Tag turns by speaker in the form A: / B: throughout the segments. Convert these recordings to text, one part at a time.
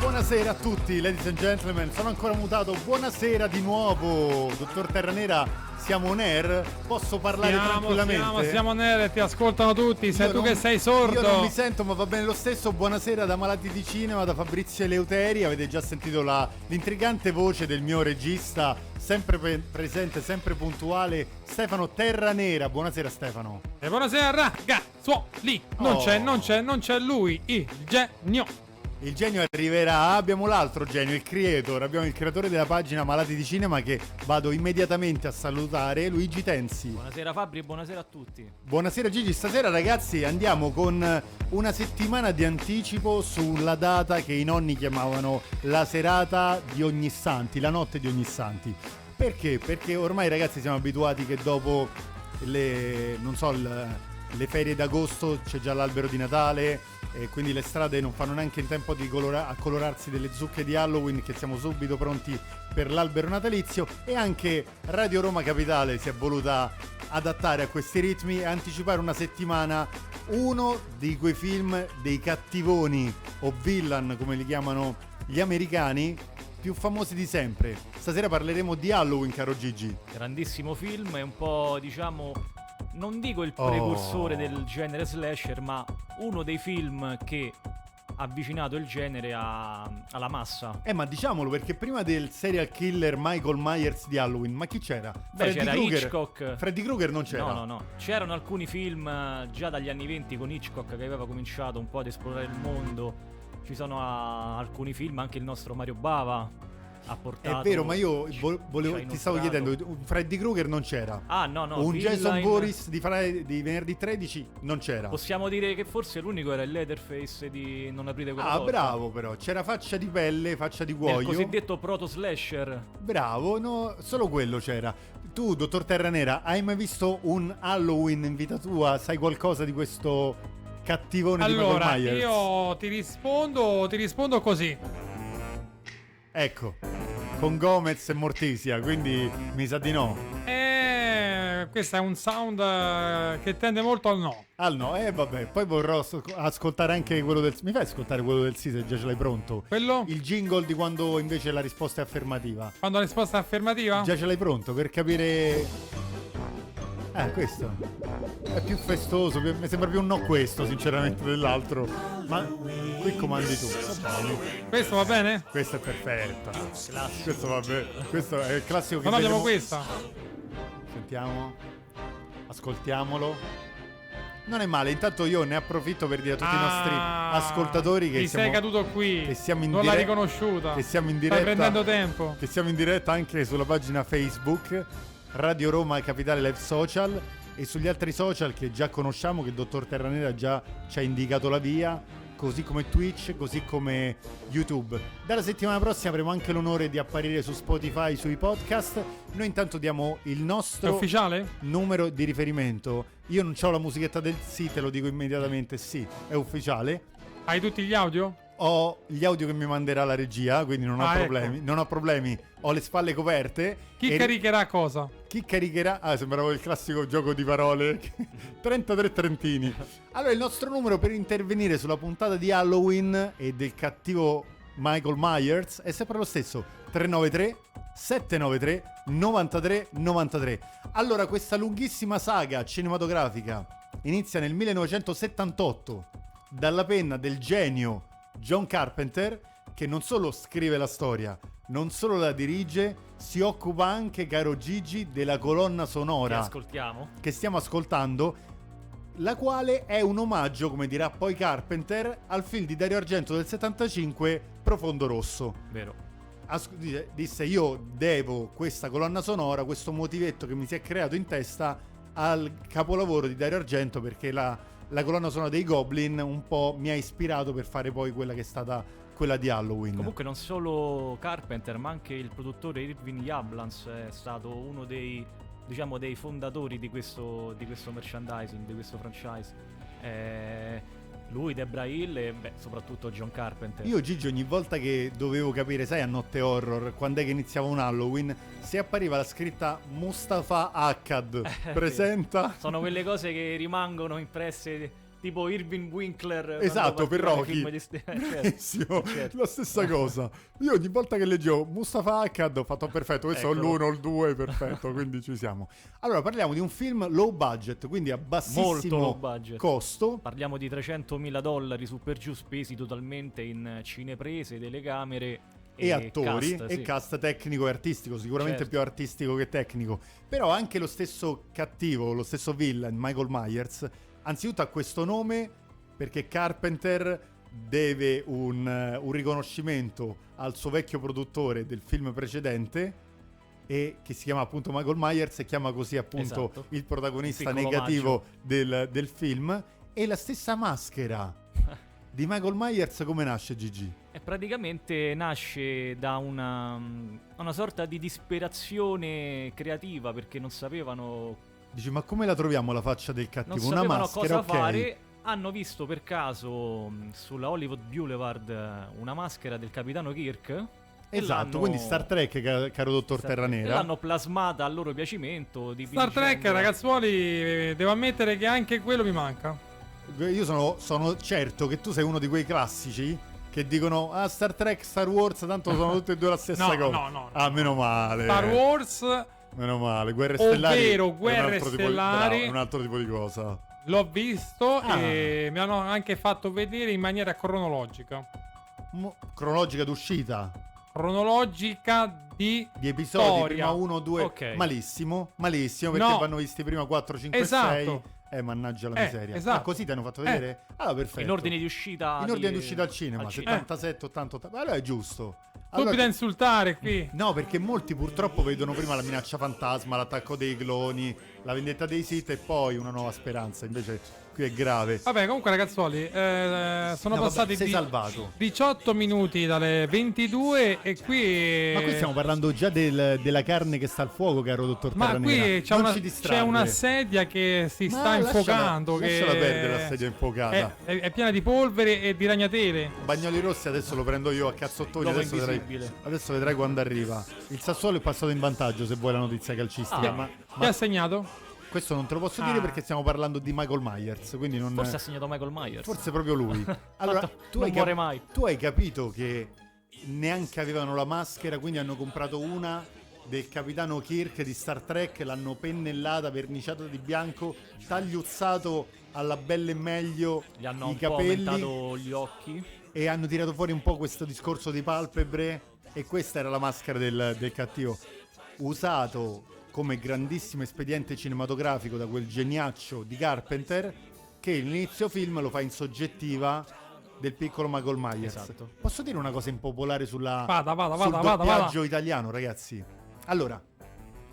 A: Buonasera a tutti, ladies and gentlemen, sono ancora mutato, buonasera di nuovo, dottor Terranera, siamo on air, posso parlare
B: Siamo,
A: tranquillamente?
B: siamo, siamo nere, ti ascoltano tutti, sei
A: Io
B: tu
A: non-
B: che sei
A: Io non
B: sordo.
A: mi sento, ma va bene lo stesso. Buonasera da Malati di Cinema, da Fabrizio Eleuteri. Avete già sentito la- l'intrigante voce del mio regista, sempre pe- presente, sempre puntuale, Stefano Terranera. Buonasera Stefano.
B: E buonasera ragazzo, lì, non
A: Oh.
B: c'è, non c'è, non c'è lui, il genio.
A: Il genio arriverà, abbiamo l'altro genio, il creator, abbiamo il creatore della pagina Malati di Cinema che vado immediatamente a salutare, Luigi Tensi.
C: Buonasera Fabri e buonasera a tutti.
A: Buonasera Gigi, stasera ragazzi andiamo con una settimana di anticipo sulla data che i nonni chiamavano la serata di ogni santi, la notte di ogni santi. Perché? Perché ormai ragazzi siamo abituati che dopo le, non so, il- le ferie d'agosto c'è già l'albero di Natale e quindi le strade non fanno neanche in tempo di colora- a colorarsi delle zucche di Halloween che siamo subito pronti per l'albero natalizio e anche Radio Roma Capitale si è voluta adattare a questi ritmi e anticipare una settimana uno di quei film dei cattivoni o villain come li chiamano gli americani più famosi di sempre. Stasera parleremo di Halloween, caro Gigi.
C: Grandissimo film, è un po' diciamo non dico il
A: Oh.
C: precursore del genere slasher, ma uno dei film che ha avvicinato il genere a- alla massa.
A: Eh, ma diciamolo perché prima del serial killer Michael Myers di Halloween, ma chi c'era?
C: Beh, c'era Hitchcock.
A: Freddy Krueger non c'era.
C: No, no, no. C'erano alcuni film eh, già dagli anni 20 con Hitchcock che aveva cominciato un po' ad esplorare il mondo. Ci sono ah, alcuni film, anche il nostro Mario Bava ha
A: È
C: portato.
A: vero, ma io
C: ci-
A: vo- volevo-
C: ci ha
A: ti stavo
C: inoltrato.
A: chiedendo, un Freddy Krueger non c'era.
C: Ah, no, no.
A: un Jason
C: Villain-
A: Boris di, fra- di venerdì 13 non c'era.
C: Possiamo dire che forse l'unico era il Leatherface di Non aprite quella
A: Ah,
C: porta.
A: bravo però, c'era faccia di pelle, faccia di
C: Nel
A: cuoio.
C: cosiddetto proto slasher.
A: Bravo, no, solo quello c'era. Tu, dottor Terranera, hai mai visto un Halloween in vita tua? Sai qualcosa di questo cattivone
B: Allora,
A: di Michael Myers?
B: io ti rispondo, ti rispondo così.
A: Ecco, con Gomez e Mortisia, quindi mi sa di no.
B: Eh, questo è un sound eh, che tende molto al no.
A: Ah no, eh vabbè, poi vorrò so- ascoltare anche quello del... Mi fai ascoltare quello del sì se già ce l'hai pronto?
B: Quello?
A: Il jingle di quando invece la risposta è affermativa.
B: Quando la risposta è affermativa?
A: Già ce l'hai pronto per capire. Eh, questo è più festoso, più- mi sembra più un no questo, sinceramente, dell'altro. Ma qui comandi tu.
B: Questo va bene?
A: Questo è perfetto. Questo va bene. Questo è il classico che
B: Non abbiamo
A: vedremo-
B: questa.
A: Sentiamo. Ascoltiamolo. Non è male, intanto io ne approfitto per dire a tutti i nostri
B: Ah,
A: ascoltatori che
B: ti
A: siamo,
B: sei caduto qui.
A: che siamo in
B: non l'hai
A: dire-
B: riconosciuta.
A: che siamo in diretta.
B: Stai prendendo tempo.
A: che siamo in diretta anche sulla pagina Facebook Radio Roma Capitale Live Social e sugli altri social che già conosciamo, che il dottor Terranera già ci ha indicato la via, così come Twitch, così come YouTube. Dalla settimana prossima avremo anche l'onore di apparire su Spotify, sui podcast. Noi intanto diamo il
B: È
A: nostro
B: ufficiale?
A: numero di riferimento. Io non ho la musichetta del sì, te lo dico immediatamente, sì, è ufficiale
B: Hai tutti gli audio?
A: ho gli audio che mi manderà la regia, quindi non ho
B: Ah, ecco.
A: problemi. Non ho problemi, ho le spalle coperte.
B: Chi
A: E-
B: caricherà cosa?
A: chi caricherà? Ah, sembrava il classico gioco di parole. 33 Trentini. Allora, il nostro numero per intervenire sulla puntata di Halloween e del cattivo Michael Myers è sempre lo stesso: 393 793 93 93. Allora, questa lunghissima saga cinematografica inizia nel 1978 dalla penna del genio John Carpenter, che non solo scrive la storia, non solo la dirige, si occupa anche, caro Gigi, della colonna
C: Che
A: sonora
C: ascoltiamo.
A: che stiamo ascoltando, la quale è un omaggio, come dirà poi Carpenter, al film di Dario Argento del 75, Profondo Rosso.
C: Vero.
A: As- dice- disse io devo questa colonna sonora, questo motivetto che mi si è creato in testa al capolavoro di Dario Argento perché la, la colonna sonora dei Goblin un po' mi ha ispirato per fare poi quella che è stata quella di Halloween.
C: Comunque non solo Carpenter, ma anche il produttore Irving Yablans è stato uno dei diciamo dei fondatori di questo, di questo merchandising, di questo franchise. Eh, lui, Debra Hill e beh, soprattutto John Carpenter. Eh,
A: Io Gigi ogni volta che dovevo capire, sai, a notte horror, quando è che iniziava un Halloween, se appariva la scritta
C: Eh,
A: Mustafa Akkad, presenta...
C: Sono quelle cose che rimangono impresse tipo Irving Winkler quando
A: Esatto, per
C: partiva nei
A: Rocky.
C: film di st- eh, certo,
A: Bravissimo,
C: certo.
A: la stessa cosa. Io ogni volta che leggevo Mustafa Akkad ho fatto perfetto, questo è
C: Eccolo.
A: l'1 o il 2, perfetto, quindi ci siamo. Allora parliamo di un film low budget, quindi a
C: Molto low
A: bassissimo
C: budget.
A: costo.
C: Parliamo di 300.000 dollari su per giù spesi totalmente in cineprese, telecamere
A: E, attori
C: cast,
A: e
C: sì.
A: cast tecnico e artistico, sicuramente
C: Certo.
A: più artistico che tecnico. Però anche lo stesso cattivo, lo stesso villain, Michael Myers, anzitutto ha questo nome perché Carpenter deve un, eh, un riconoscimento al suo vecchio produttore del film precedente e che si chiama appunto Michael Myers e chiama così appunto
C: Esatto.
A: il protagonista
C: Un piccolo
A: negativo del, del film e la stessa maschera di Michael Myers come nasce Gigi?
C: E praticamente nasce da una, una sorta di disperazione creativa perché non sapevano
A: Dici, ma come la troviamo la faccia del
C: non
A: cattivo? Una
C: sapevano cosa
A: maschera, ok.
C: fare. Hanno visto per caso mh, sulla Hollywood Boulevard eh, una maschera del capitano Kirk. e
A: Esatto,
C: l'hanno-
A: quindi Star Trek, ca- caro dottor
C: Star Trek,
A: Terra
C: e
A: Nera.
C: L'hanno plasmata a loro piacimento. di-
B: Star Trek,
C: dicendo-
B: ragazzuoli, eh, devo ammettere che anche quello mi manca.
A: Io sono, sono certo che tu sei uno di quei classici che dicono, ah, Star Trek, Star Wars, tanto sono tutte e due la stessa
B: No,
A: cosa.
B: no, no, no.
A: ah, meno male.
B: Star Wars
A: Meno male, Guerre
B: Ovvero
A: Stellari. è un
B: Guerre
A: altro tipo-
B: Stellari.
A: bravo, è un altro tipo di cosa.
B: l'ho visto
A: Ah.
B: e mi hanno anche fatto vedere in maniera cronologica.
A: Mo- cronologica d'uscita
B: Cronologica di...
A: di episodi,
B: Storia.
A: prima 1, 2,
C: Ok.
A: malissimo, malissimo perché
B: No.
A: vanno visti prima 4, 5,
B: Esatto.
A: 6. Eh, mannaggia la
B: Eh,
A: miseria.
B: esatto.
A: Ah, così ti hanno fatto
B: Eh.
A: vedere? Allora, perfetto.
C: In ordine di uscita.
A: Certo. in ordine di uscita al cinema, 77, 80, 80. Allora è giusto. Allora-
B: Tutti da insultare qui.
A: no, perché molti purtroppo vedono prima la minaccia fantasma, l'attacco dei cloni, la vendetta dei Sith e poi una nuova speranza. Invece qui è grave.
B: Vabbè, comunque, ragazzuoli, eh, Ah, sono
A: No, vabbè,
B: passati
A: sei
B: di-
A: salvato.
B: 18 minuti dalle 22 e qui.
A: Ma qui stiamo parlando già del- della carne che sta al fuoco, caro dottor
B: Ma
A: Terranera.
B: qui c'è
A: Non
B: una,
A: ci
B: c'è
A: distrarre.
B: una sedia che si
A: Ma
B: sta
A: lasciala-
B: infuocando. che-
A: lasciala perdere la sedia infuocata.
B: È, è- è piena di polvere e di ragnatele.
A: Bagnoli rossi adesso lo prendo io a cazzottoni.
C: L'uomo
A: Adesso vedrai,
C: invisibile.
A: adesso vedrai quando arriva. Il Sassuolo è passato in vantaggio se vuoi la notizia calcistica.
C: Ah.
A: Ma,
B: Chi
A: ma
B: ha segnato?
A: questo non te lo posso
B: Ah.
A: dire perché stiamo parlando di Michael Myers. Quindi non,
C: Eh, Forse ha segnato Michael Myers.
A: Forse proprio lui. Allora,
C: Tanto
A: tu
C: non
A: hai,
C: muore mai.
A: tu hai capito che neanche avevano la maschera, quindi hanno comprato una del capitano Kirk di Star Trek, l'hanno pennellata, verniciata di bianco, tagliuzzato alla belle e meglio
C: Gli hanno
A: i
C: un
A: capelli
C: po' aumentato gli occhi.
A: e hanno tirato fuori un po' questo discorso di palpebre e questa era la maschera del, del cattivo usato come grandissimo espediente cinematografico da quel geniaccio di Carpenter che all'inizio film lo fa in soggettiva del piccolo Michael Myers
C: Esatto.
A: posso dire una cosa impopolare sulla,
B: Vada, vada,
A: Ah. sul
B: vada, vada,
A: doppiaggio
B: vada.
A: italiano ragazzi allora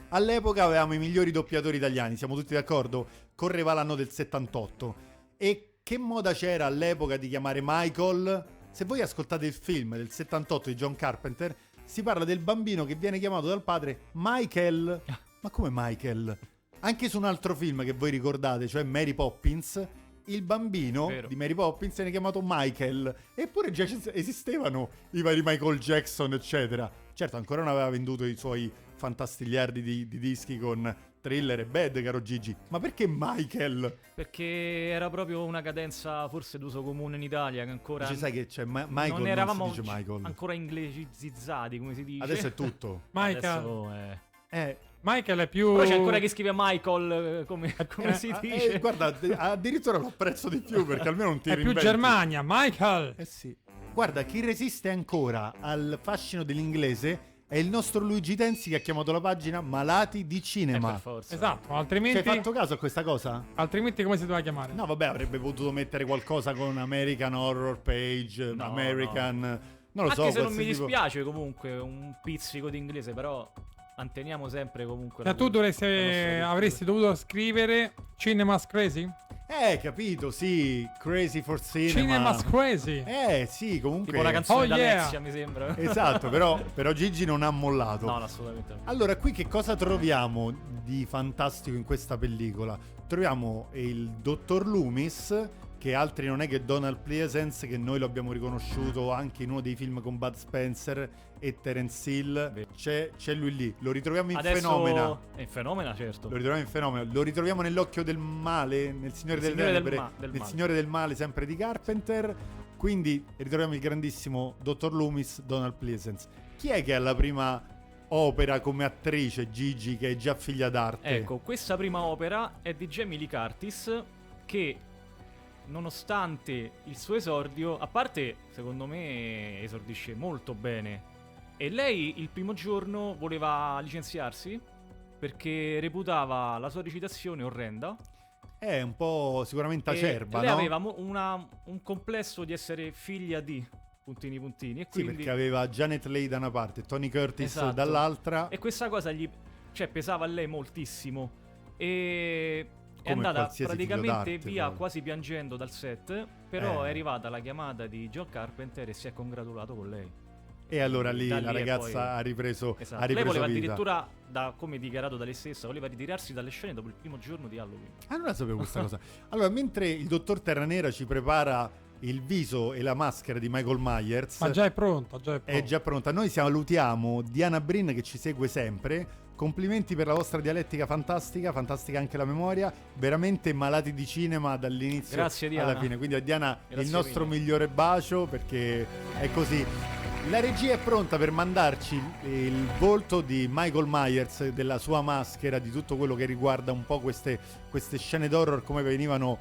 A: all'epoca avevamo i migliori doppiatori italiani siamo tutti d'accordo correva l'anno del 78 e che moda c'era all'epoca di chiamare Michael? Se voi ascoltate il film del 78 di John Carpenter, si parla del bambino che viene chiamato dal padre Michael. Ma come Michael? Anche su un altro film che voi ricordate, cioè Mary Poppins, il bambino
C: Vero.
A: di Mary Poppins viene chiamato Michael. Eppure già ci- esistevano i vari Michael Jackson, eccetera. Certo, ancora non aveva venduto i suoi fantastigliardi di, di dischi con thriller e bad, caro Gigi. Ma perché Michael?
C: Perché era proprio una cadenza forse d'uso comune in Italia che ancora
A: Dice, sai che c'è Ma- Michael, non,
C: non eravamo
A: si dice
C: c-
A: Michael.
C: ancora inglesizzati, come si dice.
A: Adesso è tutto.
B: Michael, Oh.
C: Adesso è-
A: Eh,
B: Michael è più.
C: Però c'è ancora chi scrive Michael eh, come, come
A: eh,
C: si
A: eh,
C: dice.
A: guarda, addi- addirittura lo apprezzo di più perché almeno non ti
B: è più
A: reinventi.
B: Germania, Michael.
A: Eh sì. Guarda, chi resiste ancora al fascino dell'inglese è il nostro Luigi Tensi che ha chiamato la pagina Malati di
C: Eh,
A: Cinema.
C: per forza.
B: Esatto,
A: Ci hai
B: altrimenti,
A: fatto caso a questa cosa?
B: altrimenti come si doveva chiamare? Cioè,
A: No, vabbè, avrebbe potuto mettere qualcosa con American Horror Page,
C: No,
A: American... Non lo so,
C: Anche se non mi
A: qualsiasi tipo-
C: dispiace comunque un pizzico di inglese, però manteniamo sempre comunque
B: Cioè,
C: la
B: tu dovresti,
C: la nostra
B: avresti dovuto scrivere Cinema's Crazy?
A: Eh, capito, sì, Crazy for Cinema.
B: Cinema's Crazy.
A: Eh, sì, comunque...
C: Tipo la canzone
B: Oh,
C: di
B: yeah.
C: Alessia, mi sembra.
A: Esatto, però, però Gigi non ha mollato.
C: No, no, assolutamente no.
A: Allora, qui che cosa troviamo di fantastico in questa pellicola? Troviamo il dottor Loomis che altri non è che Donald Pleasence, che noi lo abbiamo riconosciuto anche in uno dei film con Bud Spencer e Terence Hill.
C: Vero.
A: C'è, c'è lui lì, lo ritroviamo in
C: Adesso
A: fenomena.
C: È in fenomena, certo.
A: Lo ritroviamo in fenomeno, lo ritroviamo nell'occhio del male, nel Signore delle
C: Il Signore del
A: Tenebre,
C: ma- del
A: nel
C: male.
A: Signore del Male sempre di Carpenter. Quindi ritroviamo il grandissimo Dottor Loomis, Donald Pleasence. Chi è che ha la prima opera come attrice, Gigi, che è già figlia d'arte?
C: Ecco, questa prima opera è di Jamie Lee Curtis che nonostante il suo esordio, a parte secondo me esordisce molto bene. E lei il primo giorno voleva licenziarsi perché reputava la sua recitazione orrenda.
A: È un po' sicuramente
C: E
A: acerba,
C: Eh, lei
A: no?
C: aveva mo- una- un complesso di essere figlia di puntini puntini e
A: Sì,
C: quindi
A: perché aveva Janet Leigh da una parte, Tony Curtis
C: Esatto.
A: dall'altra.
C: E questa cosa gli cioè, pesava a lei moltissimo. E è
A: Come
C: andata
A: qualsiasi figlio
C: praticamente
A: d'arte,
C: via
A: poi.
C: quasi piangendo dal set. Però
A: Eh.
C: è arrivata la chiamata di John Carpenter e si è congratulato con lei.
A: E allora lì
C: Da
A: la
C: lì e
A: ragazza
C: poi-
A: ha ripreso,
C: Esatto.
A: ha
C: Lei
A: ripreso
C: voleva
A: vita.
C: addirittura, da- come dichiarato da lei stessa, voleva ritirarsi dalle scene dopo il primo giorno di Halloween.
A: Ah, non la sapevo questa cosa. Allora, mentre il dottor Terranera ci prepara il viso e la maschera di Michael Myers,
B: Ma già è pronto, già è
A: è
B: pronto.
A: già pronta. Noi salutiamo Diana Brin che ci segue sempre. Complimenti per la vostra dialettica fantastica, fantastica anche la memoria. Veramente malati di cinema dall'inizio
C: Grazie,
A: alla
C: Diana.
A: fine. Quindi a Diana il
C: Grazie
A: nostro
C: mille.
A: migliore bacio perché è così. La regia è pronta per mandarci il volto di Michael Myers, della sua maschera, di tutto quello che riguarda un po' queste, queste scene d'horror come venivano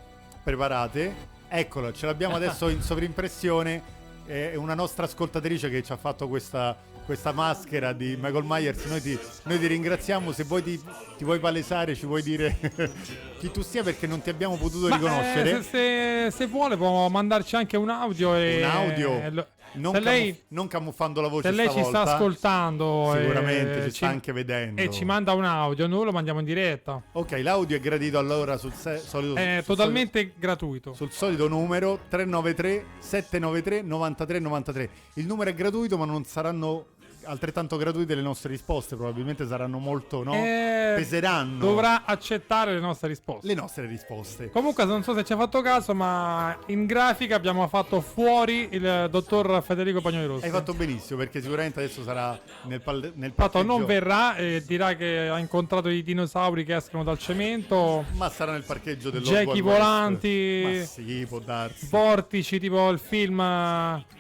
A: preparate. Eccolo, ce l'abbiamo adesso in sovrimpressione. È una nostra ascoltatrice che ci ha fatto questa, questa maschera di Michael Myers. Noi ti, noi ti ringraziamo. Se vuoi ti, ti vuoi palesare, ci vuoi dire chi tu sia perché non ti abbiamo potuto
B: Ma, eh,
A: riconoscere.
B: se, se- se vuole può mandarci anche un audio. E,
A: un audio
B: e lo-
A: non,
B: se
A: camu-
B: lei,
A: non camuffando la voce
B: se lei ci
A: stavolta,
B: sta ascoltando, e-
A: sicuramente ci
B: ci-
A: sta anche vedendo
B: e ci manda un audio, noi lo mandiamo in diretta.
A: ok l'audio è gradito allora sul se- solito
B: È
A: sul solito-
B: Eh, totalmente gratuito.
A: sul solito numero 393 793 93 93 il numero è gratuito ma non saranno altrettanto gratuite le nostre risposte probabilmente saranno molto no?
B: Eh,
A: peseranno
B: Dovrà accettare le nostre risposte.
A: le nostre risposte
B: Comunque non so se ci ha fatto caso, ma in grafica abbiamo fatto fuori il dottor Federico Pagnoli Rossi.
A: hai fatto benissimo perché sicuramente adesso sarà nel, pal- nel
B: Tanto non
A: parcheggio-
B: verrà e dirà che ha incontrato i dinosauri che escono dal cemento,
A: ma sarà nel parcheggio del
B: Jackie
A: Hogwarts.
B: Volanti.
A: ma sì può darsi
B: vortici tipo il film... eh,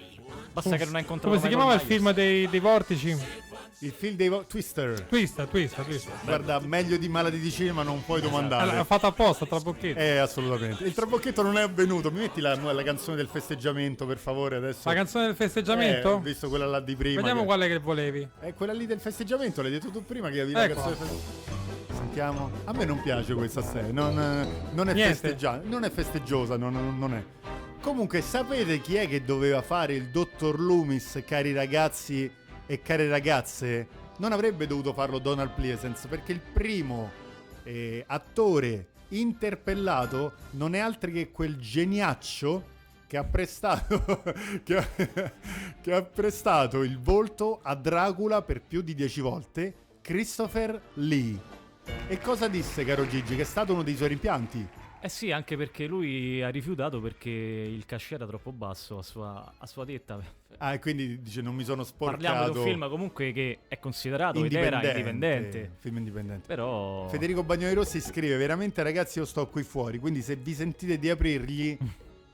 C: Basta che non ha incontrato
B: Come si
C: Michael
B: chiamava il
C: Myers.
B: film dei, dei vortici?
A: Il film dei vo- Twister.
B: Twista, twista, twista.
A: Guarda, meglio di malati di cinema non puoi
B: L'ha
A: domandare.
B: fatto apposta, tra pochetti.
A: Eh, assolutamente. Il trabocchetto non è avvenuto. Mi metti la, la canzone del festeggiamento, per favore, adesso.
B: La canzone del
A: Eh,
B: festeggiamento?
A: ho visto quella là di prima.
B: Vediamo
A: che-
B: quale che volevi.
A: Eh, quella lì del festeggiamento, l'hai detto tu prima che avevi la
B: Ecco.
A: canzone del festeggiamento. Sentiamo. A me non piace questa serie, non, non è
B: Niente.
A: festeggia- non è festegiosa, non, non- non è. Comunque, sapete chi è che doveva fare il dottor Loomis, cari ragazzi e care ragazze? Non avrebbe dovuto farlo Donald Pleasence, perché il primo eh, attore interpellato non è altro che quel geniaccio che ha prestato che, ha, che ha prestato il volto a Dracula per più di 10 volte, Christopher Lee. E cosa disse caro Gigi? Che è stato uno dei suoi rimpianti.
C: Eh sì, anche perché lui ha rifiutato perché il cachet era troppo basso a sua, a sua detta.
A: Ah, e quindi dice non mi sono sporcato.
C: Parliamo di un film comunque che è considerato ed era indipendente.
A: Film indipendente.
C: Però
A: Federico Bagnoli Rossi scrive veramente ragazzi io sto qui fuori, quindi se vi sentite di aprirgli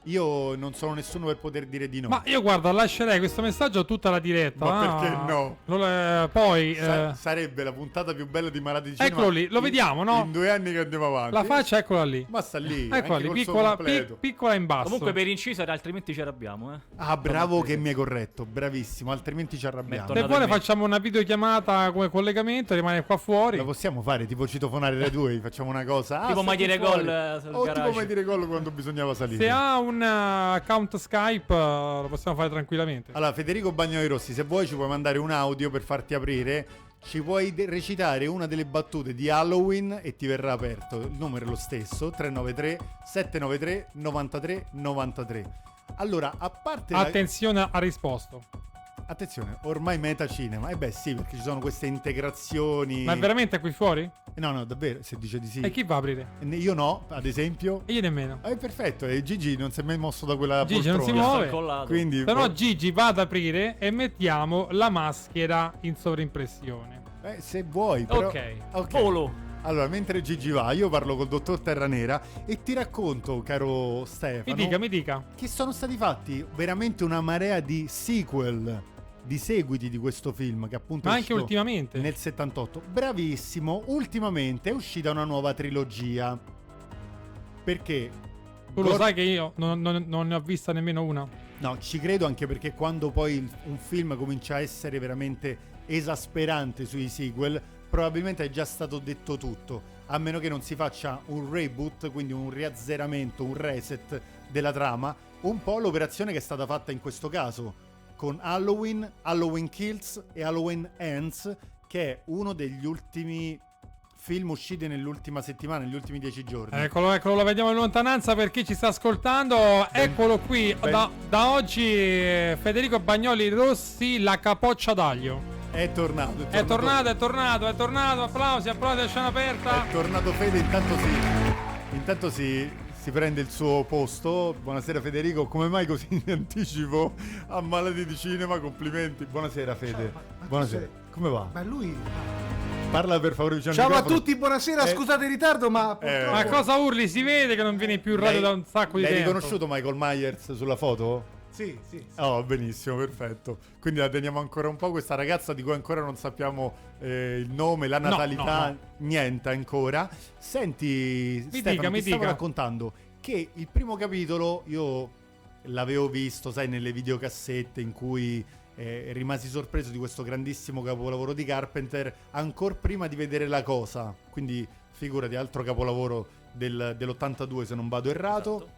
A: io non sono nessuno per poter dire di no.
B: Ma io guarda, lascerei questo messaggio a tutta la diretta.
A: Ma
B: ah.
A: perché no?
B: Lo- eh, poi
A: Sa-
B: eh,
A: sarebbe la puntata più bella di Malati di
B: Eccolo
A: Cinema
B: lì, lo
A: in-
B: vediamo, no?
A: In due anni che andiamo avanti.
B: la faccia eccola lì.
A: Ma sta lì.
B: Eccola
A: anche
B: lì,
A: col suo
B: piccola,
A: completo.
B: pic- piccola in basso.
C: comunque per inciso era altrimenti ci arrabbiamo, eh.
A: Ah, bravo che mi hai corretto, bravissimo, altrimenti ci arrabbiamo.
C: Metto-
B: Se vuole
C: Tornate a me.
B: facciamo una videochiamata come collegamento, rimane qua fuori.
A: Lo possiamo fare, tipo citofonare tra due, facciamo una cosa. Ah,
C: Tipo
A: stai
C: mai
A: qui
C: dire
A: fuori.
C: gol, eh, sul
A: Oh, tipo
C: garage.
A: mai dire gol quando bisognava salire.
B: Se ha un eh, account Skype eh, lo possiamo fare tranquillamente.
A: Allora, Federico Bagnoli Rossi, se vuoi ci puoi mandare un audio per farti aprire. Ci puoi de- recitare una delle battute di Halloween e ti verrà aperto. Il numero è lo stesso, 393 793 93 93. Allora, a parte la-
B: Attenzione, ha risposto.
A: Attenzione, ormai metacinema. Eh beh sì, perché ci sono queste integrazioni.
B: Ma è veramente qui fuori?
A: No, no, davvero, se dice di sì.
B: E chi va a aprire?
A: Ne- Io no, ad esempio.
B: E io nemmeno.
A: Ah, è perfetto, e Gigi non si è mai mosso da quella
B: Gigi non
A: poltrona.
B: si
C: Io sto
B: muove.
C: incollato.
A: Quindi
B: Però Gigi va ad aprire e mettiamo la maschera in sovrimpressione.
A: eh, se vuoi, però...
C: ok.
A: Ok.
C: Volo.
A: Allora, mentre Gigi va, io parlo col dottor Terranera e ti racconto, caro
B: Mi
A: Stefano,
B: dica, mi dica.
A: che sono stati fatti veramente una marea di sequel, di seguiti di questo film che appunto
B: Ma
A: è
B: anche
A: uscito
B: ultimamente.
A: nel 78. Bravissimo, ultimamente è uscita una nuova trilogia. Perché
B: Tu lo
A: Gor-
B: sai che io non, non- non ne ho vista nemmeno una.
A: No, ci credo anche perché quando poi il- un film comincia a essere veramente esasperante sui sequel, probabilmente è già stato detto tutto. A meno che non si faccia un reboot, quindi un riazzeramento, un reset della trama, un po' l'operazione che è stata fatta in questo caso con Halloween, Halloween Kills e Halloween Ends, che è uno degli ultimi film usciti nell'ultima settimana, negli ultimi dieci giorni.
B: Eccolo, eccolo, lo vediamo in lontananza per chi ci sta ascoltando. Eccolo qui,
A: ben-
B: da, da oggi eh, Federico Bagnoli Rossi, la capoccia d'aglio.
A: È tornato, è tornato.
B: È tornato, è tornato, è tornato, applausi, applausi a scena aperta.
A: È tornato Fede, intanto si, intanto si, si prende il suo posto. Buonasera Federico, come mai così in anticipo a Malati di Cinema? Complimenti. Buonasera Fede.
D: Ciao, ma- ma
A: Buonasera.
D: tu sei-
A: Come va?
D: Ma lui.
A: Parla per favore vicino al
D: Ciao a
A: microfono.
D: tutti, buonasera.
A: Eh,
D: Scusate il ritardo, ma.
A: eh,
B: Ma
D: purtroppo-
B: cosa urli? Si vede che non vieni più in radio
A: L'hai-
B: da un sacco di
A: L'hai
B: tempo.
A: riconosciuto Michael Myers sulla foto?
D: Sì, sì. sì.
A: Oh, benissimo, perfetto. Quindi la teniamo ancora un po'. Questa ragazza di cui ancora non sappiamo eh, il nome, la
B: No,
A: natalità,
B: no, no.
A: niente ancora. Senti, Stefano,
B: dica, mi
A: ti stavo
B: dica.
A: raccontando che il primo capitolo io l'avevo visto, sai, nelle videocassette in cui eh, rimasi sorpreso di questo grandissimo capolavoro di Carpenter ancora prima di vedere La Cosa. Quindi figurati, altro capolavoro del- dell'82 se non vado errato.
C: Esatto.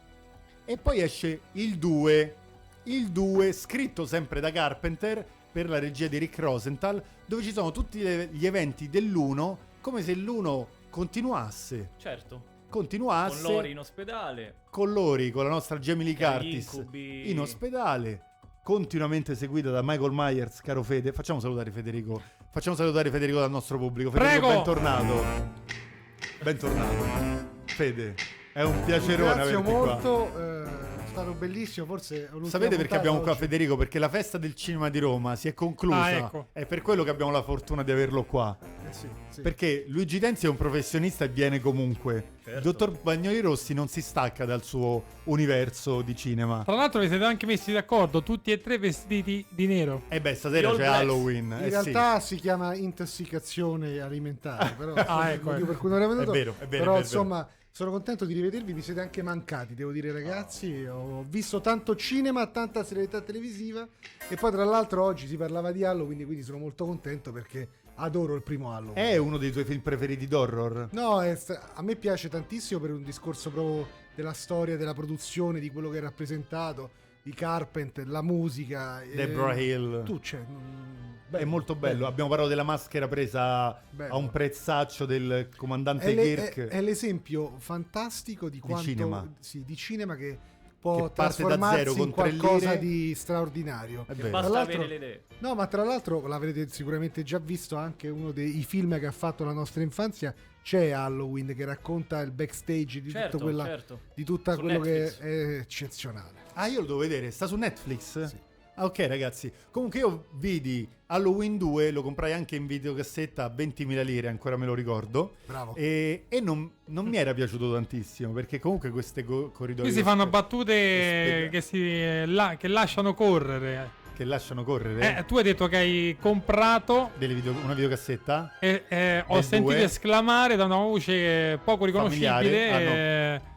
A: E poi esce il 2, il 2 scritto sempre da Carpenter per la regia di Rick Rosenthal, dove ci sono tutti le- gli eventi dell'1 come se l'1 continuasse,
C: Certo.
A: continuasse
C: Con Lori in ospedale.
A: con Lori, con la nostra Jamie Lee
C: Che ha gli
A: Curtis
C: incubi.
A: in ospedale, continuamente seguita da Michael Myers, caro Fede. Facciamo salutare Federico. Facciamo salutare Federico dal nostro pubblico. Federico,
B: Prego!
A: bentornato. Bentornato. Fede, è un piacerone
D: Grazie
A: averti qua.
D: molto. eh, è stato bellissimo. Forse. l'ultima
A: Sapete perché
D: puntata
A: abbiamo qua
D: oggi.
A: Federico? Perché la festa del cinema di Roma si è conclusa.
B: Ah, ecco.
A: È per quello che abbiamo la fortuna di averlo qua.
D: Eh, sì, sì.
A: Perché Luigi Tenzi è un professionista e viene comunque. Il
C: Certo.
A: Dottor Bagnoli Rossi non si stacca dal suo universo di cinema.
B: Tra l'altro vi siete anche messi d'accordo, tutti e tre vestiti di nero.
A: E Eh beh, stasera
C: Gli All
A: c'è
C: Blacks.
A: Halloween.
D: In
A: eh sì. Ah.
D: realtà si chiama intossicazione alimentare, però forse è il
B: ecco,
D: motivo
B: ecco.
D: per cui non l'ho venuto.
A: È vero, è vero, è
D: però
A: vero.
D: insomma, sono contento di rivedervi, vi siete anche mancati, devo dire ragazzi, ho visto tanto cinema, tanta serialità televisiva e poi tra l'altro oggi si parlava di Halloween, quindi sono molto contento perché adoro il primo Halloween.
A: È uno dei tuoi film preferiti d'horror?
D: No, è st- a me piace tantissimo per un discorso proprio della storia, della produzione, di quello che è rappresentato, di Carpenter, la musica. eh,
A: Deborah Hill.
D: Tu c'è.
A: È molto bello. Abbiamo parlato della maschera presa
D: Bello.
A: a un prezzaccio del comandante
D: è, le-
A: Kirk.
D: è- è l'esempio fantastico di quanto
A: cinema.
D: sì, di cinema che può
A: Che parte da
D: trasformarsi
A: zero con
D: in
A: tre
D: qualcosa
A: lire. Eh.
D: di straordinario.
A: È
C: Che
A: vero.
D: Tra
C: basta
D: l'altro-
C: avere le idee.
D: No, ma tra l'altro l'avrete sicuramente già visto anche uno dei film che ha fatto la nostra infanzia. C'è Halloween che racconta il backstage di
C: Certo,
D: tutta quella.
C: certo.
D: Di tutta
C: Su
D: quello
C: Netflix.
D: che è eccezionale.
A: Ah, io lo devo vedere. Sta su Netflix?
D: Sì.
A: Ah, ok, ragazzi. Comunque, io vidi Halloween 2, lo comprai anche in videocassetta a 20.000 lire, ancora me lo ricordo.
D: Bravo.
A: E, e non, non mi era piaciuto tantissimo perché comunque queste co- corridoi
B: Qui si fanno battute
A: Spiega.
B: che, si, eh, la- che lasciano correre.
A: che lasciano correre
B: Eh, tu hai detto che hai comprato
A: delle video- una videocassetta
B: e eh, ho
A: Del
B: sentito
A: due.
B: esclamare da una voce poco riconoscibile.
A: Familiare.
B: eh,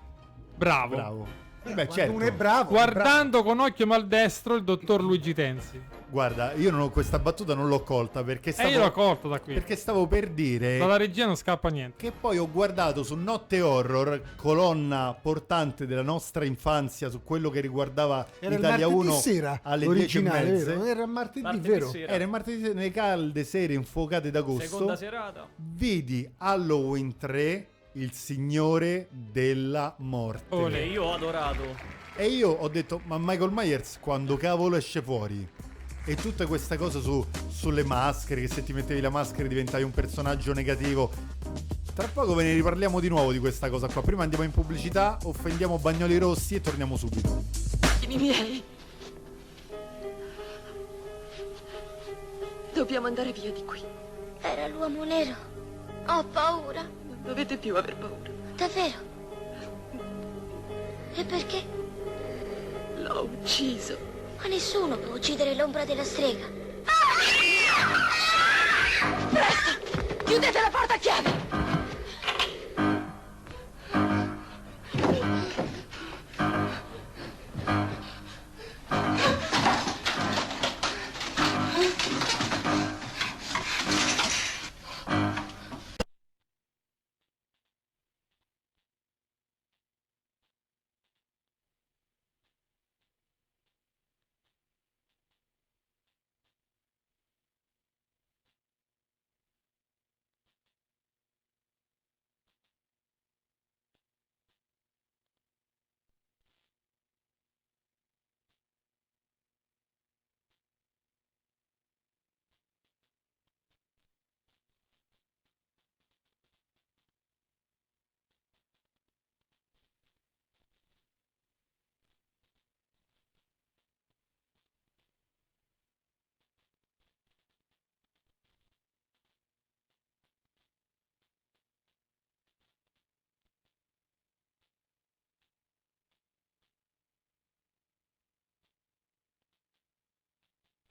B: bravo.
A: Bravo. Eh
D: Quando
A: beh, certo.
D: uno è bravo. è
B: Guardando con occhio maldestro il dottor Luigi Tensi.
A: Guarda, io non ho questa battuta non l'ho colta perché
B: E
A: stavo,
B: Eh, io l'ho colto da qui.
A: perché stavo per dire
B: Dalla regia non scappa niente.
A: che poi ho guardato su Notte Horror, colonna portante della nostra infanzia su quello che riguardava
D: bravo. Era
A: Italia
D: il martedì
A: 1
D: sera
A: alle 10 e
D: l'originale,
A: mezza.
D: vero? Era martedì,
C: Martedì
D: vero?
C: sera.
A: Era il martedì sera, nelle calde sere infuocate
C: Seconda
A: d'agosto.
C: serata.
A: Vidi Halloween 3, il signore della morte.
B: Olè.
C: Che io ho adorato.
A: E io ho detto, ma Michael Myers quando cavolo esce fuori? e tutta questa cosa su- sulle maschere, che se ti mettevi la maschera diventavi un personaggio negativo. Tra poco ve ne riparliamo di nuovo di questa cosa qua. Prima andiamo in pubblicità, offendiamo Bagnoli Rossi e torniamo subito.
E: I miei. Dobbiamo andare via di qui.
F: Era l'uomo nero. Ho paura,
E: Non dovete più aver paura.
F: davvero. E perché?
E: L'ho ucciso.
F: Ma nessuno può uccidere l'ombra della strega.
E: Chiudete la porta a chiave!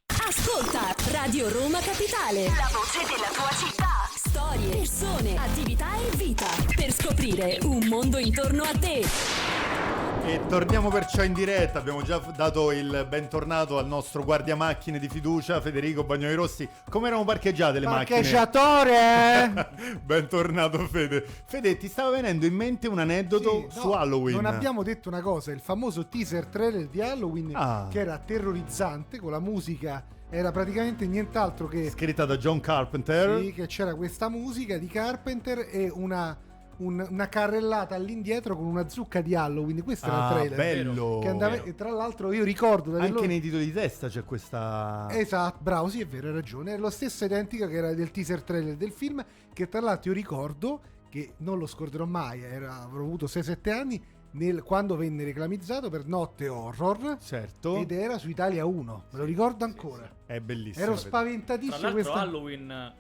G: Ascolta Radio Roma Capitale. La voce della tua città. Storie, persone, attività e vita. Per scoprire un mondo intorno a te.
A: E torniamo perciò in diretta, abbiamo già dato il bentornato al nostro guardiamacchine di fiducia Federico Bagnoli Rossi. Come erano parcheggiate le macchine?
D: Parcheggiatore!
A: bentornato Fede. Fede, ti stava venendo in mente un aneddoto
D: Sì, no,
A: su Halloween?
D: Non abbiamo detto una cosa, il famoso teaser trailer di Halloween
A: Ah.
D: che era terrorizzante con la musica, era praticamente nient'altro che,
A: Scritta da John Carpenter.
D: sì, che c'era questa musica di Carpenter e una, un- una carrellata all'indietro con una zucca di Halloween. Questo era
A: Ah,
D: il trailer.
A: bello.
D: Che andava- e tra l'altro io ricordo dalle
A: Anche
D: loro-
A: nei titoli di testa c'è questa...
D: Esatto, bravo, sì, è vero, hai ragione. È lo stesso identico che era del teaser trailer del film, che tra l'altro io ricordo che non lo scorderò mai, era- avrò avuto 6-7 anni nel- quando venne reclamizzato per Notte Horror
A: Certo.
D: ed era su Italia 1, me lo ricordo ancora.
A: È bellissimo.
D: Ero
A: Fede.
C: Tra
D: spaventatissimo
C: l'altro
D: questa...
C: Halloween,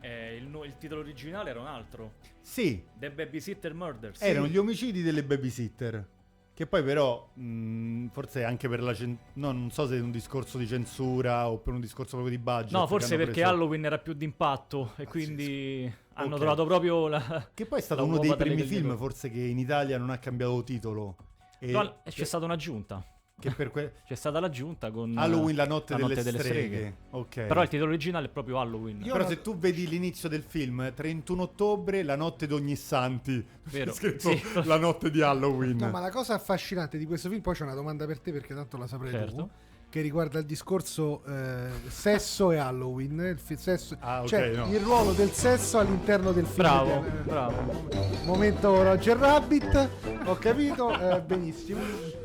C: eh, il, nu- il titolo originale era un altro,
A: Sì,
C: The Babysitter Murders.
A: erano gli omicidi delle babysitter. Che poi però, mh, forse anche per la... cen- no, non so se è un discorso di censura o per un discorso proprio di budget.
C: No,
A: che
C: forse
A: hanno
C: perché
A: preso. Ah,
C: Halloween era più d'impatto e quindi hanno
A: Ok.
C: trovato proprio la...
A: Che poi è stato
C: la
A: uno dei
C: uova dalle
A: primi
C: galline.
A: film, forse, che in Italia non ha cambiato titolo. E
C: No, c'è
A: che-
C: stata un'aggiunta.
A: che per que-
C: C'è stata l'aggiunta con
A: Halloween, la
C: eh,
A: notte, delle, streghe. Ok.
C: Però il titolo originale è proprio Halloween.
D: Io-
A: Però se tu vedi l'inizio del film, 31 ottobre, la notte d'ogni santi.
C: Vero.
A: Scritto
C: Sì.
A: la notte di Halloween.
D: No, ma la cosa affascinante di questo film, poi c'è una domanda per te perché tanto la saprei tu,
C: Certo.
D: che riguarda il discorso eh, sesso e Halloween, eh, il fi- sesso-
A: Ah, ok,
D: cioè
A: no.
D: il ruolo del sesso all'interno del film.
C: Bravo,
D: Eh,
C: bravo.
D: Momento Roger Rabbit, ho capito, eh, benissimo.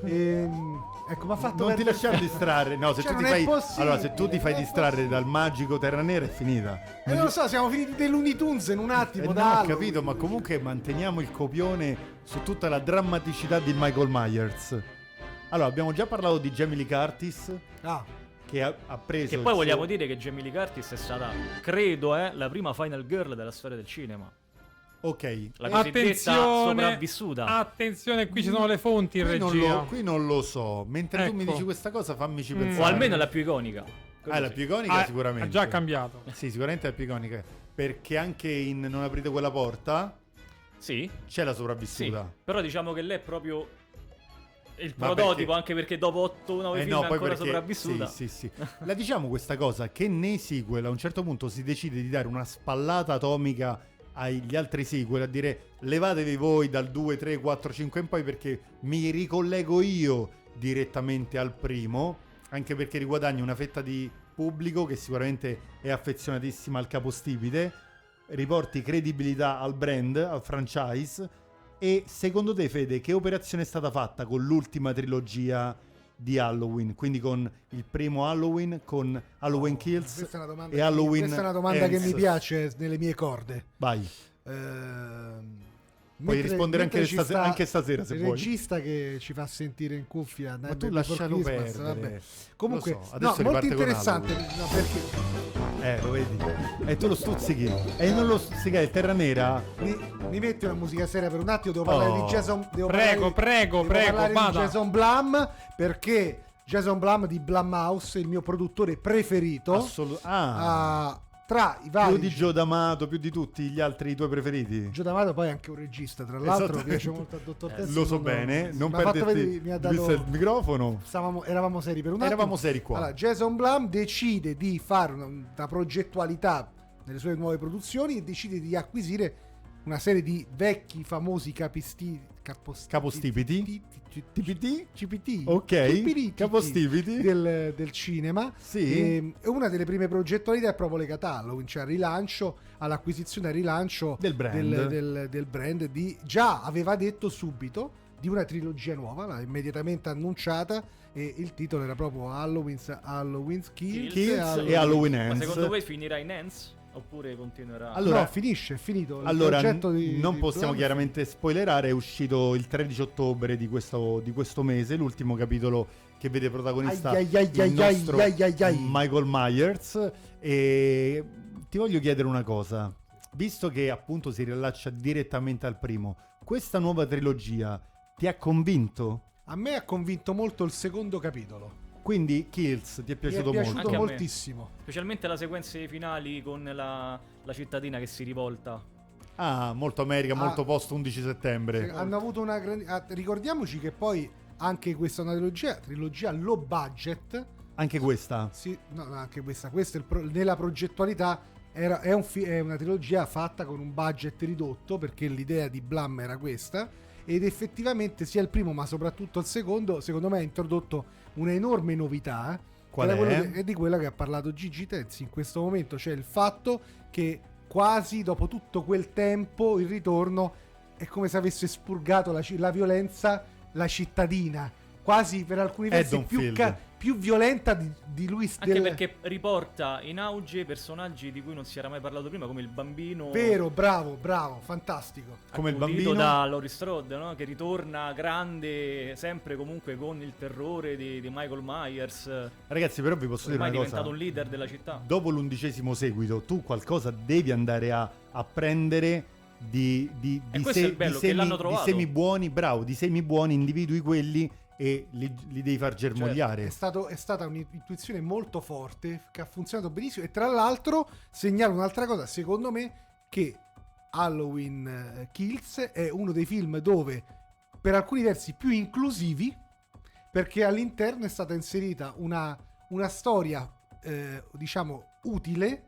D: Ehm, ecco, mi ha fatto
A: Non ti
D: perdere-
A: lasciare distrarre. No, se
D: Cioè,
A: tu ti
D: non è
A: fai.
D: possibile,
A: Allora, se tu ti fai
D: non è
A: distrarre
D: possibile.
A: dal magico Terra Nera è finita.
D: Eh, non lo so, siamo finiti dei Looney Tunes in un
A: Eh
D: attimo,
A: no,
D: da
A: ho capito, ma comunque manteniamo il copione su tutta la drammaticità di Michael Myers. Allora, abbiamo già parlato di Jamie Lee Curtis
D: Ah,
A: che ha, ha preso
C: Che
A: il
C: poi vogliamo
A: suo-
C: dire che Jamie Lee Curtis è stata, credo, eh, la prima final girl della storia del cinema.
A: Ok.
C: La cosiddetta
B: Attenzione,
C: sopravvissuta.
B: attenzione, qui ci sono le fonti in
A: Qui non,
B: regia.
A: lo, qui non lo so. Mentre tu mi
B: Ecco.
A: dici questa cosa, fammici
B: Mm.
A: pensare.
C: o almeno la più iconica.
A: Ah, la più iconica,
B: Ah,
A: sicuramente.
B: Ha già cambiato.
A: Sì, sicuramente è la più iconica. Perché anche in Non aprite quella porta
C: Sì,
A: c'è la
C: sì.
A: sopravvissuta.
C: Però diciamo che lei è proprio il
A: Ma
C: prototipo,
A: perché-
C: anche perché dopo 8-9
A: Eh
C: film
A: no,
C: è
A: poi
C: ancora
A: perché,
C: sopravvissuta.
A: Sì, sì, sì. La diciamo questa cosa che nei sequel a un certo punto si decide di dare una spallata atomica agli altri sequel a dire levatevi voi dal 2, 3, 4, 5 in poi perché mi ricollego io direttamente al primo, anche perché riguadagno una fetta di pubblico che sicuramente è affezionatissima al capostipite, riporti credibilità al brand, al franchise e secondo te Fede che operazione è stata fatta con l'ultima trilogia di Halloween, quindi con il primo Halloween, con Halloween Kills
D: Questa è una domanda,
A: e Halloween
D: questa è una domanda che
A: Ends.
D: mi piace nelle mie corde.
A: Vai.
D: Ehm,
A: Puoi
D: mentre-
A: rispondere anche
D: mentre ci
A: stase- anche stasera, se
D: il
A: vuoi.
D: regista che ci fa sentire in cuffia.
A: Ma
D: Nightmare
A: tu
D: Before
A: lascialo
D: Christmas,
A: perdere.
D: vabbè. Comunque,
A: Lo so,
D: no,
A: adesso
D: molto
A: riparte con
D: interessante. no, perché
A: Eh, lo vedi? E tu lo stuzzichi. E non lo stuzzichi, è terra nera.
D: Mi, mi metti una musica seria per un attimo, devo parlare
A: Oh.
D: di Jason devo
B: Prego,
D: parlare di-
B: prego,
D: devo
B: prego,
D: parlare
B: vada.
D: di Jason Blum perché Jason Blum di Blumhouse, il mio produttore preferito,
A: Assolu- ah,
D: ah, tra i
A: più
D: vari
A: di Gio D'Amato, più di tutti gli altri tuoi preferiti.
D: Gio D'Amato poi è anche un regista, tra l'altro
A: Esattamente.
D: piace molto al dottor Tessio.
A: Esatto. Eh, Lo so
D: non-
A: bene, non
D: mi ha fatto
A: perderti
D: vedere- mi ha
A: di
D: dato-
A: vista il microfono.
D: Stavamo- eravamo seri per un attimo.
A: Eravamo seri qua.
D: Allora, Jason Blum decide di fare una, una progettualità nelle sue nuove produzioni e decide di acquisire una serie di vecchi famosi capisti, capos-
A: Capostipiti.
D: ti- ti- ti-
A: TPT?
D: CPT,
A: Ok,
D: CPT,
A: capostipiti.
D: del, del cinema.
A: Sì.
D: Ehm, E, e una delle prime progettualità è proprio legata a Halloween, cioè al rilancio, all'acquisizione e al rilancio
A: Del brand.
D: Del, del- del brand di già aveva detto subito di una trilogia nuova, l'ha immediatamente annunciata e il titolo era proprio Halloween's, Halloween's Kills,
A: Kills
D: Halloween-
A: e Halloween
C: Ma secondo voi
A: Ends.
C: finirà in Ends? Oppure continuerà?
A: Allora-
D: No, finisce, è finito. Il
A: Allora,
D: progetto di-
A: n- non
D: di
A: possiamo
D: Blum-
A: chiaramente spoilerare, è uscito il 13 ottobre di questo, di questo mese, l'ultimo capitolo che vede protagonista
D: Ai, ai, ai,
A: il
D: ai,
A: nostro
D: ai, ai, ai.
A: Michael Myers. E ti voglio chiedere una cosa, visto che appunto si rilaccia direttamente al primo, questa nuova trilogia ti ha convinto?
D: A me ha convinto molto il secondo capitolo.
A: Quindi Kills ti è
D: Mi è
A: piaciuto,
D: piaciuto
A: molto?
C: Anche a me.
D: moltissimo.
C: Specialmente la sequenze finali con la, la cittadina che si rivolta.
A: Ah, molto America,
D: Ah.
A: molto post 11
D: Sì,
A: settembre.
D: Eh, hanno avuto una grande. ah, Ricordiamoci che poi anche questa è una trilogia, trilogia low budget.
A: Anche questa.
D: Sì, no, no, anche questa, questa è il pro- nella progettualità era- è, un fi- è una trilogia fatta con un budget ridotto perché l'idea di Blum era questa ed effettivamente sia il primo ma soprattutto il secondo secondo me ha introdotto un'enorme novità
A: Qual
D: che era quello
A: è?
D: che- è di quella che ha parlato Gigi Tezzi in questo momento cioè il fatto che quasi dopo tutto quel tempo il ritorno è come se avesse spurgato la, ci- la violenza la cittadina quasi per alcuni
A: È
D: versi più,
A: Donfield.
D: ca- più violenta di, di lui
C: Anche
D: del-
C: perché riporta in auge personaggi di cui non si era mai parlato prima, come il bambino.
D: Vero, bravo, bravo, fantastico.
A: Come il
C: accudito
A: bambino.
C: da Laurie Strode, no? che ritorna grande, sempre comunque con il terrore di, di Michael Myers.
A: Ragazzi, però vi posso dire
C: Ormai è
A: una
C: diventato
A: cosa.
C: un leader della città.
A: Dopo l'undicesimo seguito, tu qualcosa devi andare a, a prendere di, di,
C: E
A: di
C: questo è il bello,
A: di
C: che
A: semi,
C: l'hanno
A: di
C: trovato.
A: semi buoni, bravo, di semi buoni, individui quelli e li, li devi far germogliare.
D: È, stato- è stata un'intuizione molto forte che ha funzionato benissimo. E tra l'altro segnalo un'altra cosa, secondo me, che Halloween eh, Kills è uno dei film dove, per alcuni versi, più inclusivi, perché all'interno è stata inserita una, una storia, eh, diciamo, utile.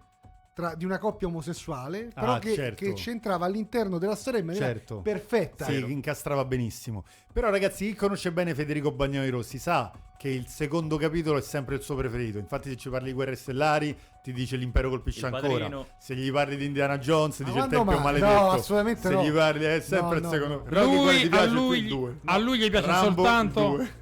D: tra- di una coppia omosessuale, però
A: Ah,
D: che,
A: certo.
D: che c'entrava all'interno della storia in maniera
A: Certo.
D: perfetta.
A: si incastrava benissimo. Però, ragazzi, chi conosce bene Federico Bagnoni Rossi sa che il secondo capitolo è sempre il suo preferito. Infatti, se ci parli di Guerre Stellari, ti dice l'impero colpisce
C: Il
A: ancora.
C: Padrino.
A: Se gli parli di Indiana Jones,
D: Ma
A: dice il
D: quando
A: tempio
D: mai?
A: maledetto.
D: No, assolutamente
A: se
D: no.
A: gli parli è sempre
D: No,
A: il
D: no,
A: secondo.
D: no.
A: Però che quello
B: Lui,
A: ti
B: a
A: piace più il
B: lui,
A: due.
B: a lui gli piace
A: Rambo, il
B: soltanto.
A: due.
D: No.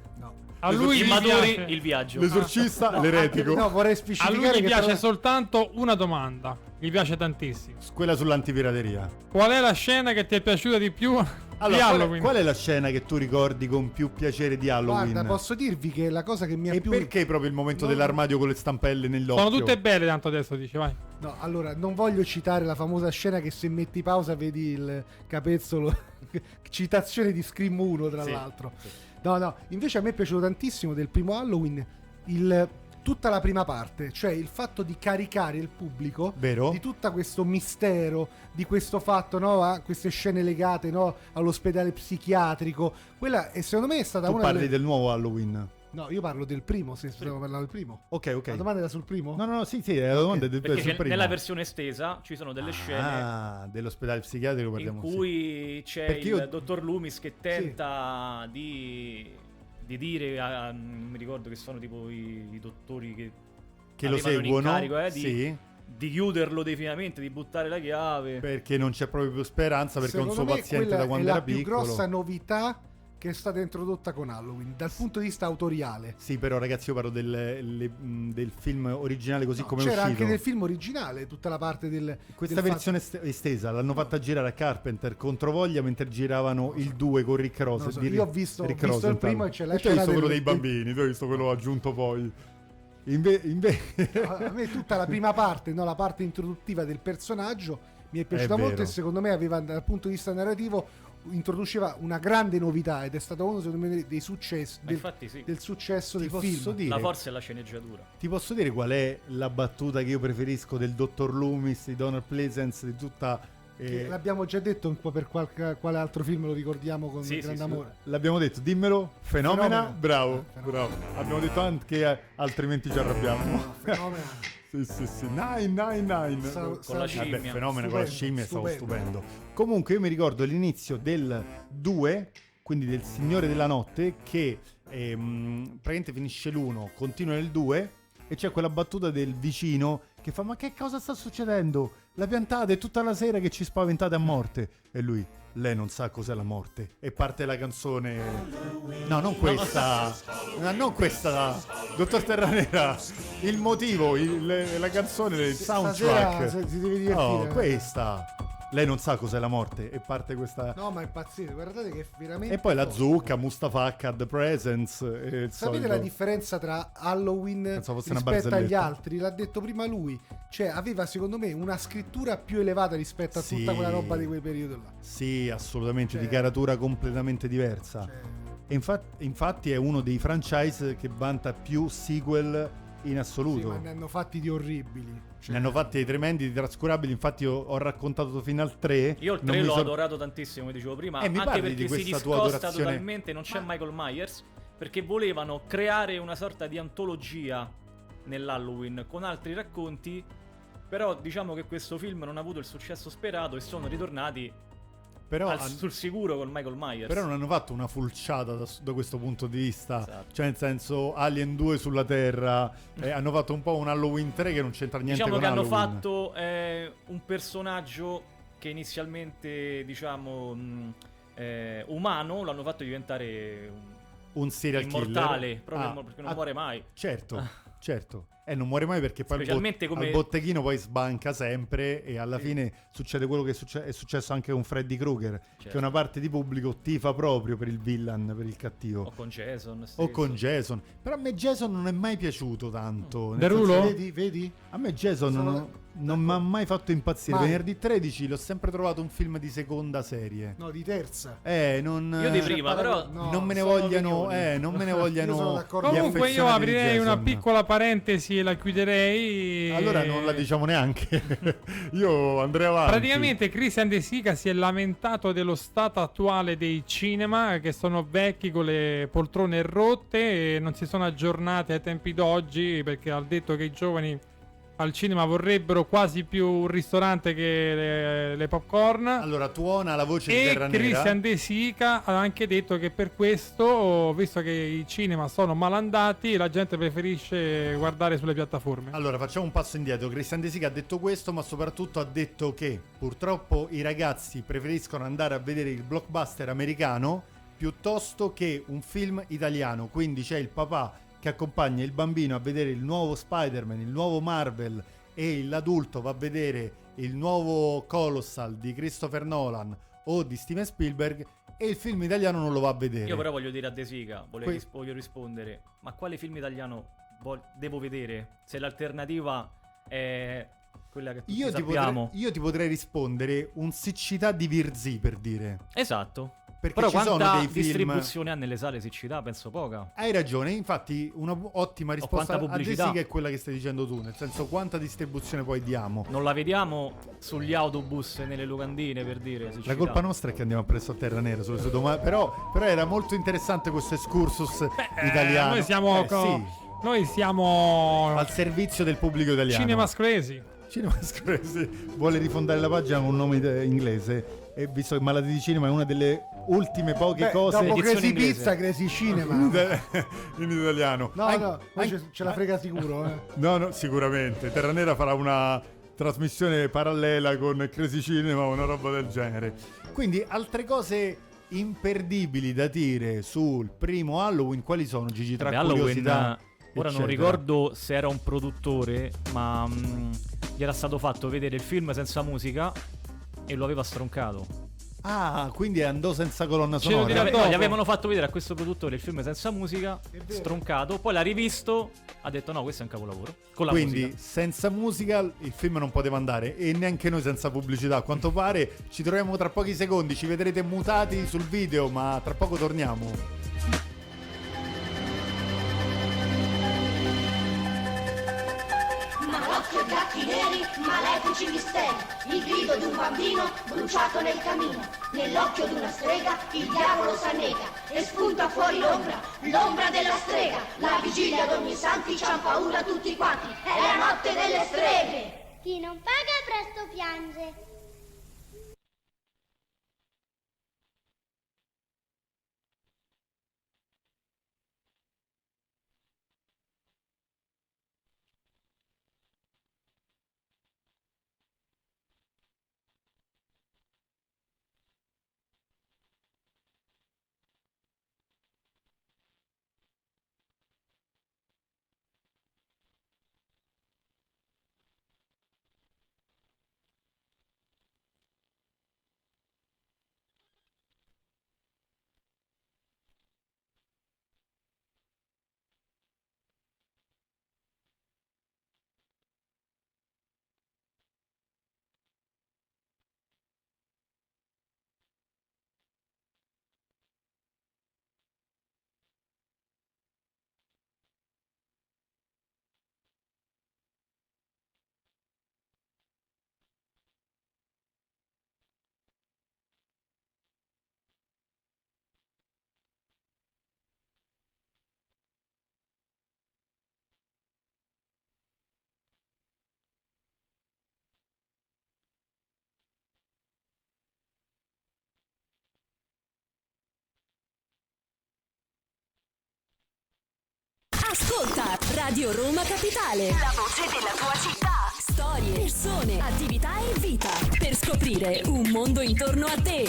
B: A lui
C: I
B: gli
C: maturi,
B: piace,
C: il viaggio.
A: L'esorcista, l'eretico.
D: Ah, No, vorrei
B: a
D: specificare
B: lui gli
D: che
B: piace
D: tra-
B: soltanto una domanda. Gli piace tantissimo.
A: Quella sull'antipirateria.
B: Qual è la scena che ti è piaciuta di più di
A: Allora, qual è,
B: Halloween?
A: qual è la scena che tu ricordi con più piacere di Halloween?
D: Guarda, posso dirvi che la cosa che mi ha
A: E
D: più
A: perché proprio il momento
D: Non-
A: dell'armadio con le stampelle nell'occhio?
B: Sono tutte belle tanto adesso, dice, vai.
D: No, allora, non voglio citare la famosa scena che se metti pausa vedi il capezzolo citazione di Scream 1 tra
A: Sì,
D: l'altro. No, no, invece a me è piaciuto tantissimo del primo Halloween il tutta la prima parte, cioè il fatto di caricare il pubblico
A: Vero?
D: di tutto questo mistero, di questo fatto, no, a queste scene legate, no, all'ospedale psichiatrico. Quella è, secondo me è stata
A: Tu
D: una
A: parli
D: delle-
A: del nuovo Halloween.
D: No, io parlo del primo, se stiamo parlando del primo.
A: Ok, ok.
D: La domanda era sul primo?
A: No, no, no, sì, sì, la domanda è del
C: Ah, Perché
A: sul
C: c'è-
A: primo.
C: nella versione estesa ci sono delle scene
A: Ah, dell'ospedale psichiatrico
C: in
A: parliamo sì.
C: cui c'è
A: Perché
C: il
A: io-
C: dottor Loomis che tenta di, di dire, a- a- non mi ricordo che sono tipo i, i dottori che,
A: che lo
C: avevano
A: seguono.
C: l'incarico, eh, di-
A: Sì,
C: di chiuderlo definitivamente, di buttare la chiave.
A: perché non c'è proprio più speranza perché è un
D: Secondo
A: suo
D: me
A: paziente
D: quella
A: da quando
D: è
A: era
D: la più
A: piccolo.
D: grossa novità che è stata introdotta con Halloween dal punto di vista autoriale.
A: Sì, però ragazzi, io parlo del, le- mh, del film originale così
D: No,
A: come è
D: c'era
A: uscito.
D: anche nel film originale tutta la parte del
A: Questa
D: del
A: versione est- estesa l'hanno fatta girare a Carpenter controvoglia mentre giravano il 2 con Rick Ross.
D: Non lo so, io ho visto- ho visto il primo e c'è la
A: tu hai
D: scena
A: visto quello dei
D: del-
A: bambini, tu hai visto quello aggiunto poi. Inve- inve-
D: fatto- a me tutta la prima parte, no, la parte introduttiva del personaggio mi è piaciuta
A: È
D: molto
A: vero.
D: e secondo me aveva dal punto di vista narrativo introduceva una grande novità ed è stato uno secondo me dei successi
C: Ma
D: del,
C: infatti sì.
D: del successo
A: ti
D: del
A: posso
D: film.
A: dire
C: La forza e la sceneggiatura.
A: Ti posso dire qual è la battuta che io preferisco del dottor Loomis, di Donald Pleasence, di tutta...
D: Che
A: eh,
D: L'abbiamo già detto un po' per qualche- quale altro film lo ricordiamo con
C: Sì, sì,
D: grande
C: sì.
D: amore.
A: l'abbiamo detto, dimmelo, fenomena,
D: Fenomena.
A: bravo,
D: Eh, fenomena.
A: bravo. Abbiamo detto anche eh, altrimenti ci arrabbiamo.
D: Fenomena.
A: sì, sì, sì, nine, nine, nine.
D: Sa-
A: Vabbè,
D: sa-
C: scimmia.
A: fenomeno con la
D: Stupendo,
A: scimmia è stato
D: stupendo.
A: stupendo. Comunque io mi ricordo l'inizio del 2, quindi del Signore della Notte, che ehm, praticamente finisce l'1, continua nel 2 e c'è quella battuta del vicino che fa ma che cosa sta succedendo? La piantate tutta la sera che ci spaventate a morte. E lui, lei non sa cos'è la morte. E parte la canzone... No, non questa. No, non questa. Dottor Terranera. Il motivo, il- la canzone, il soundtrack.
D: stasera si deve divertire.
A: Oh, questa. Lei non sa cos'è la morte e parte questa...
D: No, ma è pazzesco, guardate che è veramente
A: E poi la
D: forte.
A: zucca, Mustafa Akka, The Presence. e il
D: Sapete
A: solito-
D: la differenza tra Halloween
A: Pensavo fosse una
D: rispetto agli
A: barzelletta.
D: altri? L'ha detto prima lui. Cioè, aveva secondo me una scrittura più elevata rispetto a
A: Sì.
D: tutta quella roba di quel periodo là.
A: Sì, assolutamente, di
D: Cioè-
A: caratura completamente diversa.
D: Cioè,
A: E infa- infatti è uno dei franchise che vanta più sequel in
D: sì,
A: assoluto.
D: ma ne hanno fatti di orribili. Cioè,
A: Ne hanno fatti dei tremendi, dei trascurabili, infatti io ho raccontato fino al 3.
C: Io il 3 l'ho adorato tantissimo, come dicevo prima,
A: Eh, mi
C: anche
A: parli di
C: perché si
A: questa tua
C: discosta
A: adorazione?
C: totalmente, non c'è Michael Myers, perché volevano creare una sorta di antologia nell'Halloween con altri racconti, però diciamo che questo film non ha avuto il successo sperato e sono ritornati
A: Però,
C: al-
A: han-
C: sul sicuro con Michael Myers.
A: però non hanno fatto una fulciata da, da questo punto di vista.
C: Esatto.
A: Cioè, nel senso, Alien 2 sulla Terra. eh, hanno fatto un po' un Halloween 3 che non c'entra niente
C: diciamo
A: con
C: che hanno
A: Halloween.
C: fatto eh, un personaggio che inizialmente, diciamo, mh, eh, umano, l'hanno fatto diventare un-
A: un serial
C: immortale,
A: killer.
C: proprio
A: Ah,
C: immo- perché non
A: ah,
C: muore mai.
A: Certo, certo. E non muore mai perché poi al bot-
C: Specialmente come-
A: al botteghino poi sbanca sempre e alla
C: Sì.
A: fine succede quello che succe- è successo anche con Freddy Krueger, che
C: Certo.
A: una parte di pubblico tifa proprio per il villain, per il
C: O
A: cattivo.
C: con Jason.
A: Oh. O
C: stesso.
A: con Jason. Però a me Jason non è mai piaciuto tanto. nel
B: Derulo?
A: senso-
D: vedi, vedi?
A: A me Jason
D: Sono-
A: non, non mi ha mai fatto impazzire.
D: Mai.
A: Venerdì 13 l'ho sempre trovato un film di seconda serie.
D: No, di terza. Cioè,
A: Eh, non...
C: Io di prima, però.
D: No,
A: non me ne
D: sono
A: vogliano,
D: opinioni.
A: eh, non me ne
D: Io sono
A: vogliano.
D: d'accordo.
A: gli
B: Comunque io
A: affezionati di
B: aprirei una
A: Jason.
B: piccola parentesi e la chiuderei.
A: Allora non la diciamo neanche. Io andrei avanti.
B: Praticamente Christian De Sica si è lamentato dello stato attuale dei cinema che sono vecchi con le poltrone rotte e non si sono aggiornati ai tempi d'oggi perché ha detto che i giovani al cinema vorrebbero quasi più un ristorante che le, le popcorn.
A: Allora tuona la voce di
B: e
A: Terra Nera.
B: Christian De Sica ha anche detto che per questo, visto che i cinema sono malandati, la gente preferisce guardare sulle piattaforme.
A: Allora facciamo un passo indietro. Christian De Sica ha detto questo, ma soprattutto ha detto che purtroppo i ragazzi preferiscono andare a vedere il blockbuster americano piuttosto che un film italiano. Quindi c'è il papà che accompagna il bambino a vedere il nuovo Spider-Man, il nuovo Marvel e l'adulto va a vedere il nuovo Colossal di Christopher Nolan o di Steven Spielberg e il film italiano non lo va a vedere.
C: Io però voglio dire a De Sica, voglio,
A: Que-
C: ris- voglio rispondere, ma quale film italiano vol- devo vedere? Se l'alternativa è quella che tutti
A: Io ti,
C: sappiamo.
A: potrei, io ti potrei rispondere un siccità di Virzì per dire.
C: Esatto.
A: Perché
C: Però
A: ci sono
C: quanta
A: dei film.
C: distribuzione ha nelle sale siccità? Penso poca.
A: Hai ragione, infatti una bu- ottima risposta
C: quanta
A: a
C: pubblicità.
A: Jessica è quella che stai dicendo tu, nel senso quanta distribuzione poi diamo.
C: Non la vediamo sugli autobus e nelle locandine per dire siccità.
A: La colpa nostra è che andiamo presso a Terra Nera sulle sue domande, però, però era molto interessante questo excursus
B: Eh,
A: italiano.
B: Noi siamo,
A: Eh,
B: co-
A: sì,
B: noi siamo
A: al servizio del pubblico italiano.
B: cinema scresi.
A: Cinema Scorsese vuole rifondare la pagina con un nome eh, inglese e visto che Malati di Cinema è una delle ultime poche
D: Beh,
A: cose
D: dopo
C: Edizione
D: Crazy
C: inglese.
D: Pizza, Crazy Cinema.
A: in,
D: no,
A: in italiano. An-
D: no, poi
A: an-
D: ce- ce la frega sicuro, eh.
A: No, no, sicuramente. Terra Nera farà una trasmissione parallela con Crazy Cinema o una roba del genere. Quindi altre cose imperdibili da dire sul primo Halloween, quali sono Gigi tra
C: Beh, Halloween,
A: curiosità?
C: eh, ora non
A: eccetera.
C: ricordo se era un produttore, ma mm, gli era stato fatto vedere il film senza musica e lo aveva stroncato.
A: Ah, quindi andò senza colonna
B: Ce lo
A: sonora.
B: Era dirà-
C: Gli ave-
B: dopo.
C: no, gli avevano fatto vedere a questo produttore il film senza musica,
D: È vero.
C: stroncato, poi l'ha rivisto, ha detto no, questo è un capolavoro. Con la
A: Quindi
C: musica.
A: senza musica il film non poteva andare e neanche noi senza pubblicità. A quanto pare ci troviamo tra pochi secondi, ci vedrete mutati sul video, ma tra poco torniamo.
H: Malocchio e gatti neri, malefici misteri, il grido di un bambino bruciato nel camino, nell'occhio di una strega il diavolo s'annega e spunta fuori l'ombra, l'ombra della strega, la vigilia ad ogni santi c'han paura tutti quanti, è la notte delle streghe!
F: Chi non paga presto piange.
G: Ascolta Radio Roma Capitale. La voce della tua città. Storie, persone, attività e vita. Per scoprire un mondo intorno a te.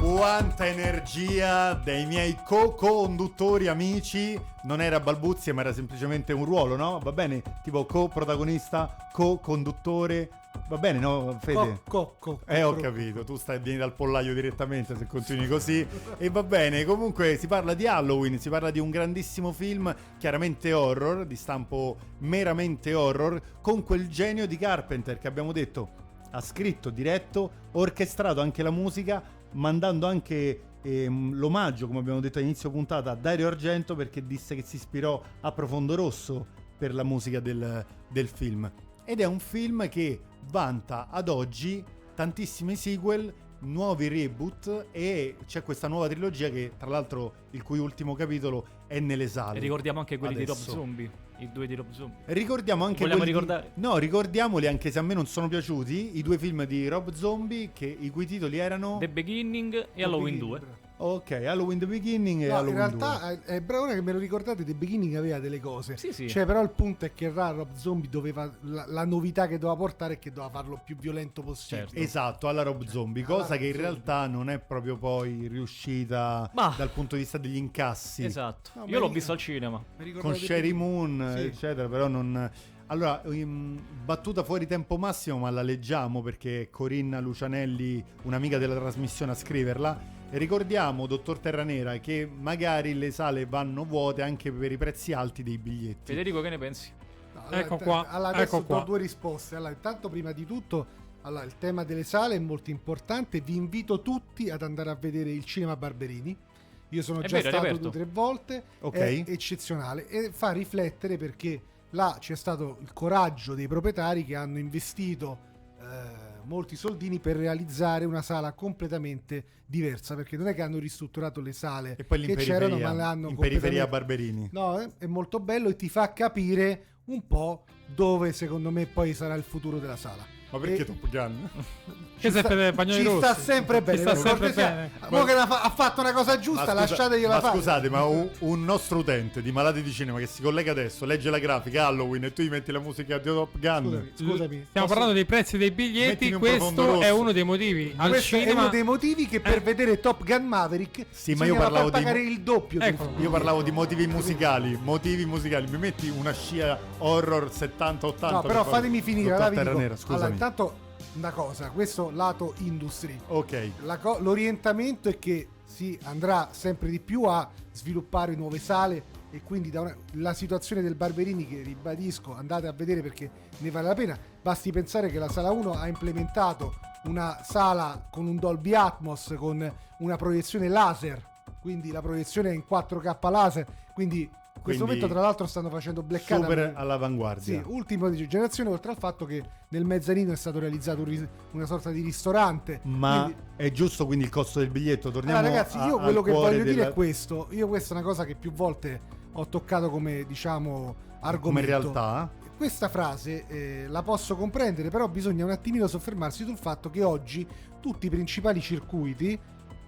A: Quanta energia dei miei co-conduttori amici. Non era balbuzie, ma era semplicemente un ruolo, no? Va bene? Tipo co-protagonista, co-conduttore. Va bene, no, Fede?
D: Cocco.
A: Eh, ho capito, tu stai vieni dal pollaio direttamente se continui così. E va bene, comunque si parla di Halloween, si parla di un grandissimo film, chiaramente horror, di stampo meramente horror, con quel genio di Carpenter che abbiamo detto ha scritto, diretto, orchestrato anche la musica, mandando anche ehm, l'omaggio, come abbiamo detto all'inizio puntata, a Dario Argento perché disse che si ispirò a Profondo Rosso per la musica del, del film. Ed è un film che vanta ad oggi tantissimi sequel, nuovi reboot e c'è questa nuova trilogia che tra l'altro il cui ultimo capitolo è nelle sale.
C: E ricordiamo anche quelli di
A: Adesso. Eh,
C: Rob Zombie, i due di Rob Zombie.
A: Ricordiamo anche
C: Vogliamo
A: quelli di-
C: ricordare?
A: No, ricordiamoli anche se a me non sono piaciuti i due film di Rob Zombie che i cui titoli erano
C: The Beginning e Halloween 2.
A: Ok, Halloween the Beginning e
D: No, in
A: Halloween
D: realtà eh, è bravo che me lo ricordate, The Beginning aveva delle cose.
C: Sì, sì.
D: Cioè, però il punto è che il Rob Zombie doveva. La, la novità che doveva portare è che doveva farlo più violento possibile.
C: Certo.
A: 2. Esatto, alla Rob Zombie,
D: Cioè, alla
A: cosa
D: Rob
A: che in
D: Zombie.
A: realtà non è proprio poi riuscita
C: Ma-
A: dal punto di vista degli incassi.
C: Esatto.
D: No,
C: Io
D: ma
C: l'ho
D: io-
C: visto al cinema.
D: Mi ricordate
A: Con Sherry
D: più-
A: Moon,
D: Sì.
A: eccetera, però non... Allora, ehm, battuta fuori tempo massimo, ma la leggiamo perché Corinna Lucianelli, un'amica della trasmissione, a scriverla. Ricordiamo, dottor Terranera, che magari le sale vanno vuote anche per i prezzi alti dei biglietti.
C: Federico, che ne pensi?
D: No,
B: Ecco
D: t-
B: qua,
D: allora adesso
B: ecco
D: do
B: qua.
D: due risposte. Allora, intanto, prima di tutto, allora, il tema delle sale è molto importante. Vi invito tutti ad andare a vedere il cinema Barberini. Io sono
C: È
D: già
C: vero, è
D: stato
C: riaperto.
D: due o tre volte.
A: Ok.
D: È eccezionale e fa riflettere perché là c'è stato il coraggio dei proprietari che hanno investito eh, molti soldini per realizzare una sala completamente diversa perché non è che hanno ristrutturato le sale
A: E poi
D: che c'erano ma
A: l'in
D: le
A: periferia,
D: hanno
A: in periferia Barberini.
D: completamente- No, eh, è molto bello e ti fa capire un po' dove secondo me poi sarà il futuro della sala.
A: Ma perché
D: E-
A: Top Gun?
B: Che se per Bagnoli
D: ci
B: Rossi.
D: sta sempre bene.
B: Ci sta
D: per
B: sempre
D: cortesia.
B: bene.
D: Mo che la fa- ha fatto una cosa giusta,
A: scusa-
D: lasciategliela
A: ma
D: fare.
A: scusate, ma un, un nostro utente di malati di cinema che si collega adesso, legge la grafica Halloween e tu gli metti la musica di Top Gun.
D: Scusami, scusami.
B: Stiamo
D: posso-
B: parlando dei prezzi dei biglietti,
A: Mettimi un profondo
B: questo
A: rosso.
B: è uno dei motivi. Al
D: Questo
B: cinema Eh.
D: è uno dei motivi che per vedere Top Gun Maverick
A: Sì, ma io
D: bisognava
A: parlavo
D: far
A: di-
D: pagare il doppio. di-
B: Ecco.
A: Io parlavo di motivi musicali, motivi musicali, mi metti una scia horror 70-80.
D: No, però
A: per favore?
D: fatemi finire.
A: Tutta
D: allora
A: a
D: vi
A: terra
D: dico-
A: nera, scusami.
D: allora, intanto una cosa, questo lato industry.
A: ok.
D: La co- l'orientamento è che si andrà sempre di più a sviluppare nuove sale e quindi da una- la situazione del Barberini che ribadisco andate a vedere perché ne vale la pena basti pensare che la sala 1 ha implementato una sala con un Dolby Atmos con una proiezione laser quindi la proiezione è in 4K laser quindi in questo
A: Quindi
D: momento tra l'altro stanno facendo Black Adam
A: Super
D: sì,
A: all'avanguardia.
D: ultimo di generazione oltre al fatto che nel mezzanino è stato realizzato un ris- una sorta di ristorante
A: Ma
D: quindi-
A: è giusto quindi il costo del biglietto? Torniamo
D: allora, ragazzi,
A: a-
D: io
A: al
D: quello che
A: cuore
D: voglio dire
A: della-
D: è questo. Io questa è una cosa che più volte ho toccato come, diciamo, argomento.
A: Come realtà?
D: Questa frase eh, la posso comprendere, però bisogna un attimino soffermarsi sul fatto che oggi tutti i principali circuiti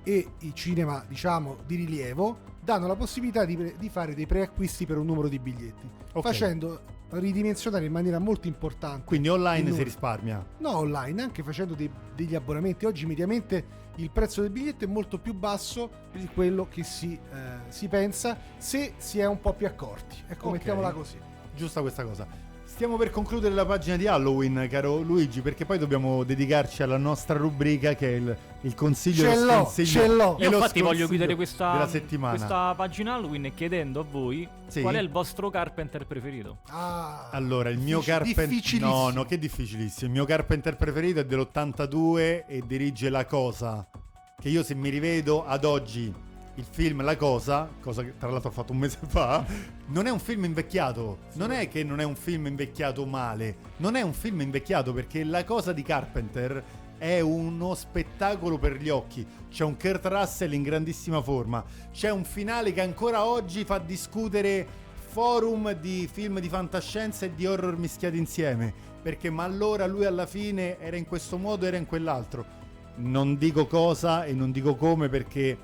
D: e i cinema, diciamo, di rilievo danno la possibilità di, pre- di fare dei preacquisti per un numero di biglietti,
A: Ok.
D: facendo ridimensionare in maniera molto importante.
A: Quindi online
D: Il
A: si
D: numero.
A: risparmia.
D: No, online, anche facendo dei- degli abbonamenti. Oggi mediamente il prezzo del biglietto è molto più basso di quello che si, eh, si pensa se si è un po' più accorti. Ecco,
A: Ok.
D: mettiamola così.
A: Giusta questa cosa. Stiamo per concludere la pagina di Halloween, caro Luigi, perché poi dobbiamo dedicarci alla nostra rubrica che è il, il consiglio
D: Ce
A: e lo
D: l'ho,
A: sconsiglio-
D: ce l'ho.
A: e
C: Io
A: lo
C: infatti voglio
A: sconsiglio
C: chiudere questa,
A: della settimana.
C: questa pagina Halloween chiedendo a voi
A: Sì.
C: qual è il vostro Carpenter preferito.
D: Ah,
A: Allora, il mio
D: diffic-
A: Carpenter
D: difficilissimo.
A: No, no, che difficilissimo. Il mio Carpenter preferito è dell'82 e dirige La Cosa, che io se mi rivedo ad oggi il film La Cosa, cosa che tra l'altro ho fatto un mese fa, non è un film invecchiato. Non è che non è un film invecchiato male, non è un film invecchiato perché La Cosa di Carpenter è uno spettacolo per gli occhi. C'è un Kurt Russell in grandissima forma. C'è un finale che ancora oggi fa discutere forum di film di fantascienza e di horror mischiati insieme. Perché ma allora lui alla fine era in questo modo, era in quell'altro. Non dico cosa e non dico come perché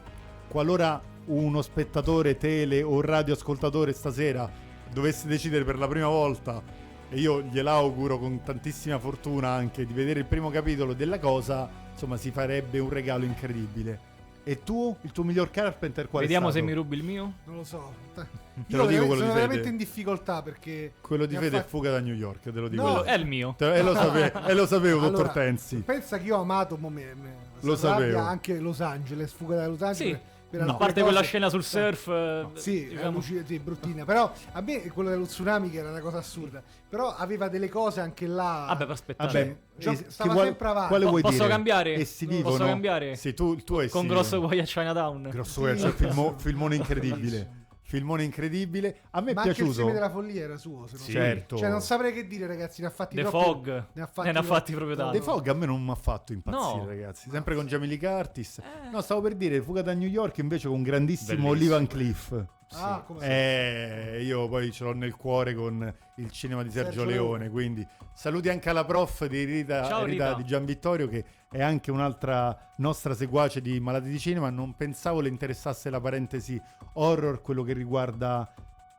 A: qualora uno spettatore tele o radioascoltatore stasera dovesse decidere per la prima volta e io gliel'auguro con tantissima fortuna anche di vedere il primo capitolo della cosa, insomma si farebbe un regalo incredibile. E tu, il tuo miglior Carpenter qual
C: Vediamo
A: è
C: se
A: stato?
C: mi rubi il mio.
D: Non lo so. Io
A: Te lo dico
D: veramente-
A: quello di
D: sono
A: Fede.
D: veramente in difficoltà perché...
A: Quello di
D: mi ha
A: Fede è
D: fatto-
A: fuga da New York, te lo dico.
D: No,
A: io.
C: Quello è il mio.
A: Te- e lo sapevo, e lo sapevo dottor
D: Allora,
A: Tensi.
D: Pensa che io ho amato mo me- me-
A: Lo
D: sta rabbia,
A: sapevo.
D: anche Los Angeles, fuga da Los Angeles.
A: No.
D: alcune
A: A
C: A parte quella
D: cose-
C: scena sul surf. eh,
D: Sì, è
C: diciamo-
D: luci- sì, bruttina. Però a me quello dello tsunami che era una cosa assurda. Però aveva delle cose anche là.
C: Vabbè, per aspettare.
A: Vabbè,
D: Cioè,
A: eh,
D: stava
A: che vuoi-
D: sempre avanti.
A: Quale
C: Po-
A: vuoi
C: posso
A: dire?
C: cambiare?
A: Essi
C: Posso
A: vivono.
C: cambiare?
A: Sì, tu, il tuo è
C: con
A: sì,
C: grosso
A: no.
C: guai a Chinatown.
A: Grosso guai, cioè, filmo- filmone incredibile. filmone incredibile. A me è
D: Ma anche il
A: piaciuto.
D: seme della follia era suo. Se non
A: Sì.
D: sbaglio.
A: Certo.
D: Cioè, non saprei che dire, ragazzi. Ne ha fatti
C: The
D: troppi-
C: Fog. Eh, Ne ha fatti proprio tanto.
A: The Fog a me non mi ha fatto impazzire,
C: No. Eh.
A: ragazzi. Sempre con Jamie Lee Curtis. No, stavo per dire Fuga da New York invece con grandissimo Olivan Cliff.
D: Ah, come
A: Eh, io poi ce l'ho nel cuore con il cinema di Sergio,
D: Sergio
A: Leone,
D: Leone.
A: quindi saluti anche alla prof di Rita,
C: Ciao,
A: Rita
C: Rita.
A: di Gianvittorio che è anche un'altra nostra seguace di Malati di Cinema, non pensavo le interessasse la parentesi horror, quello che riguarda...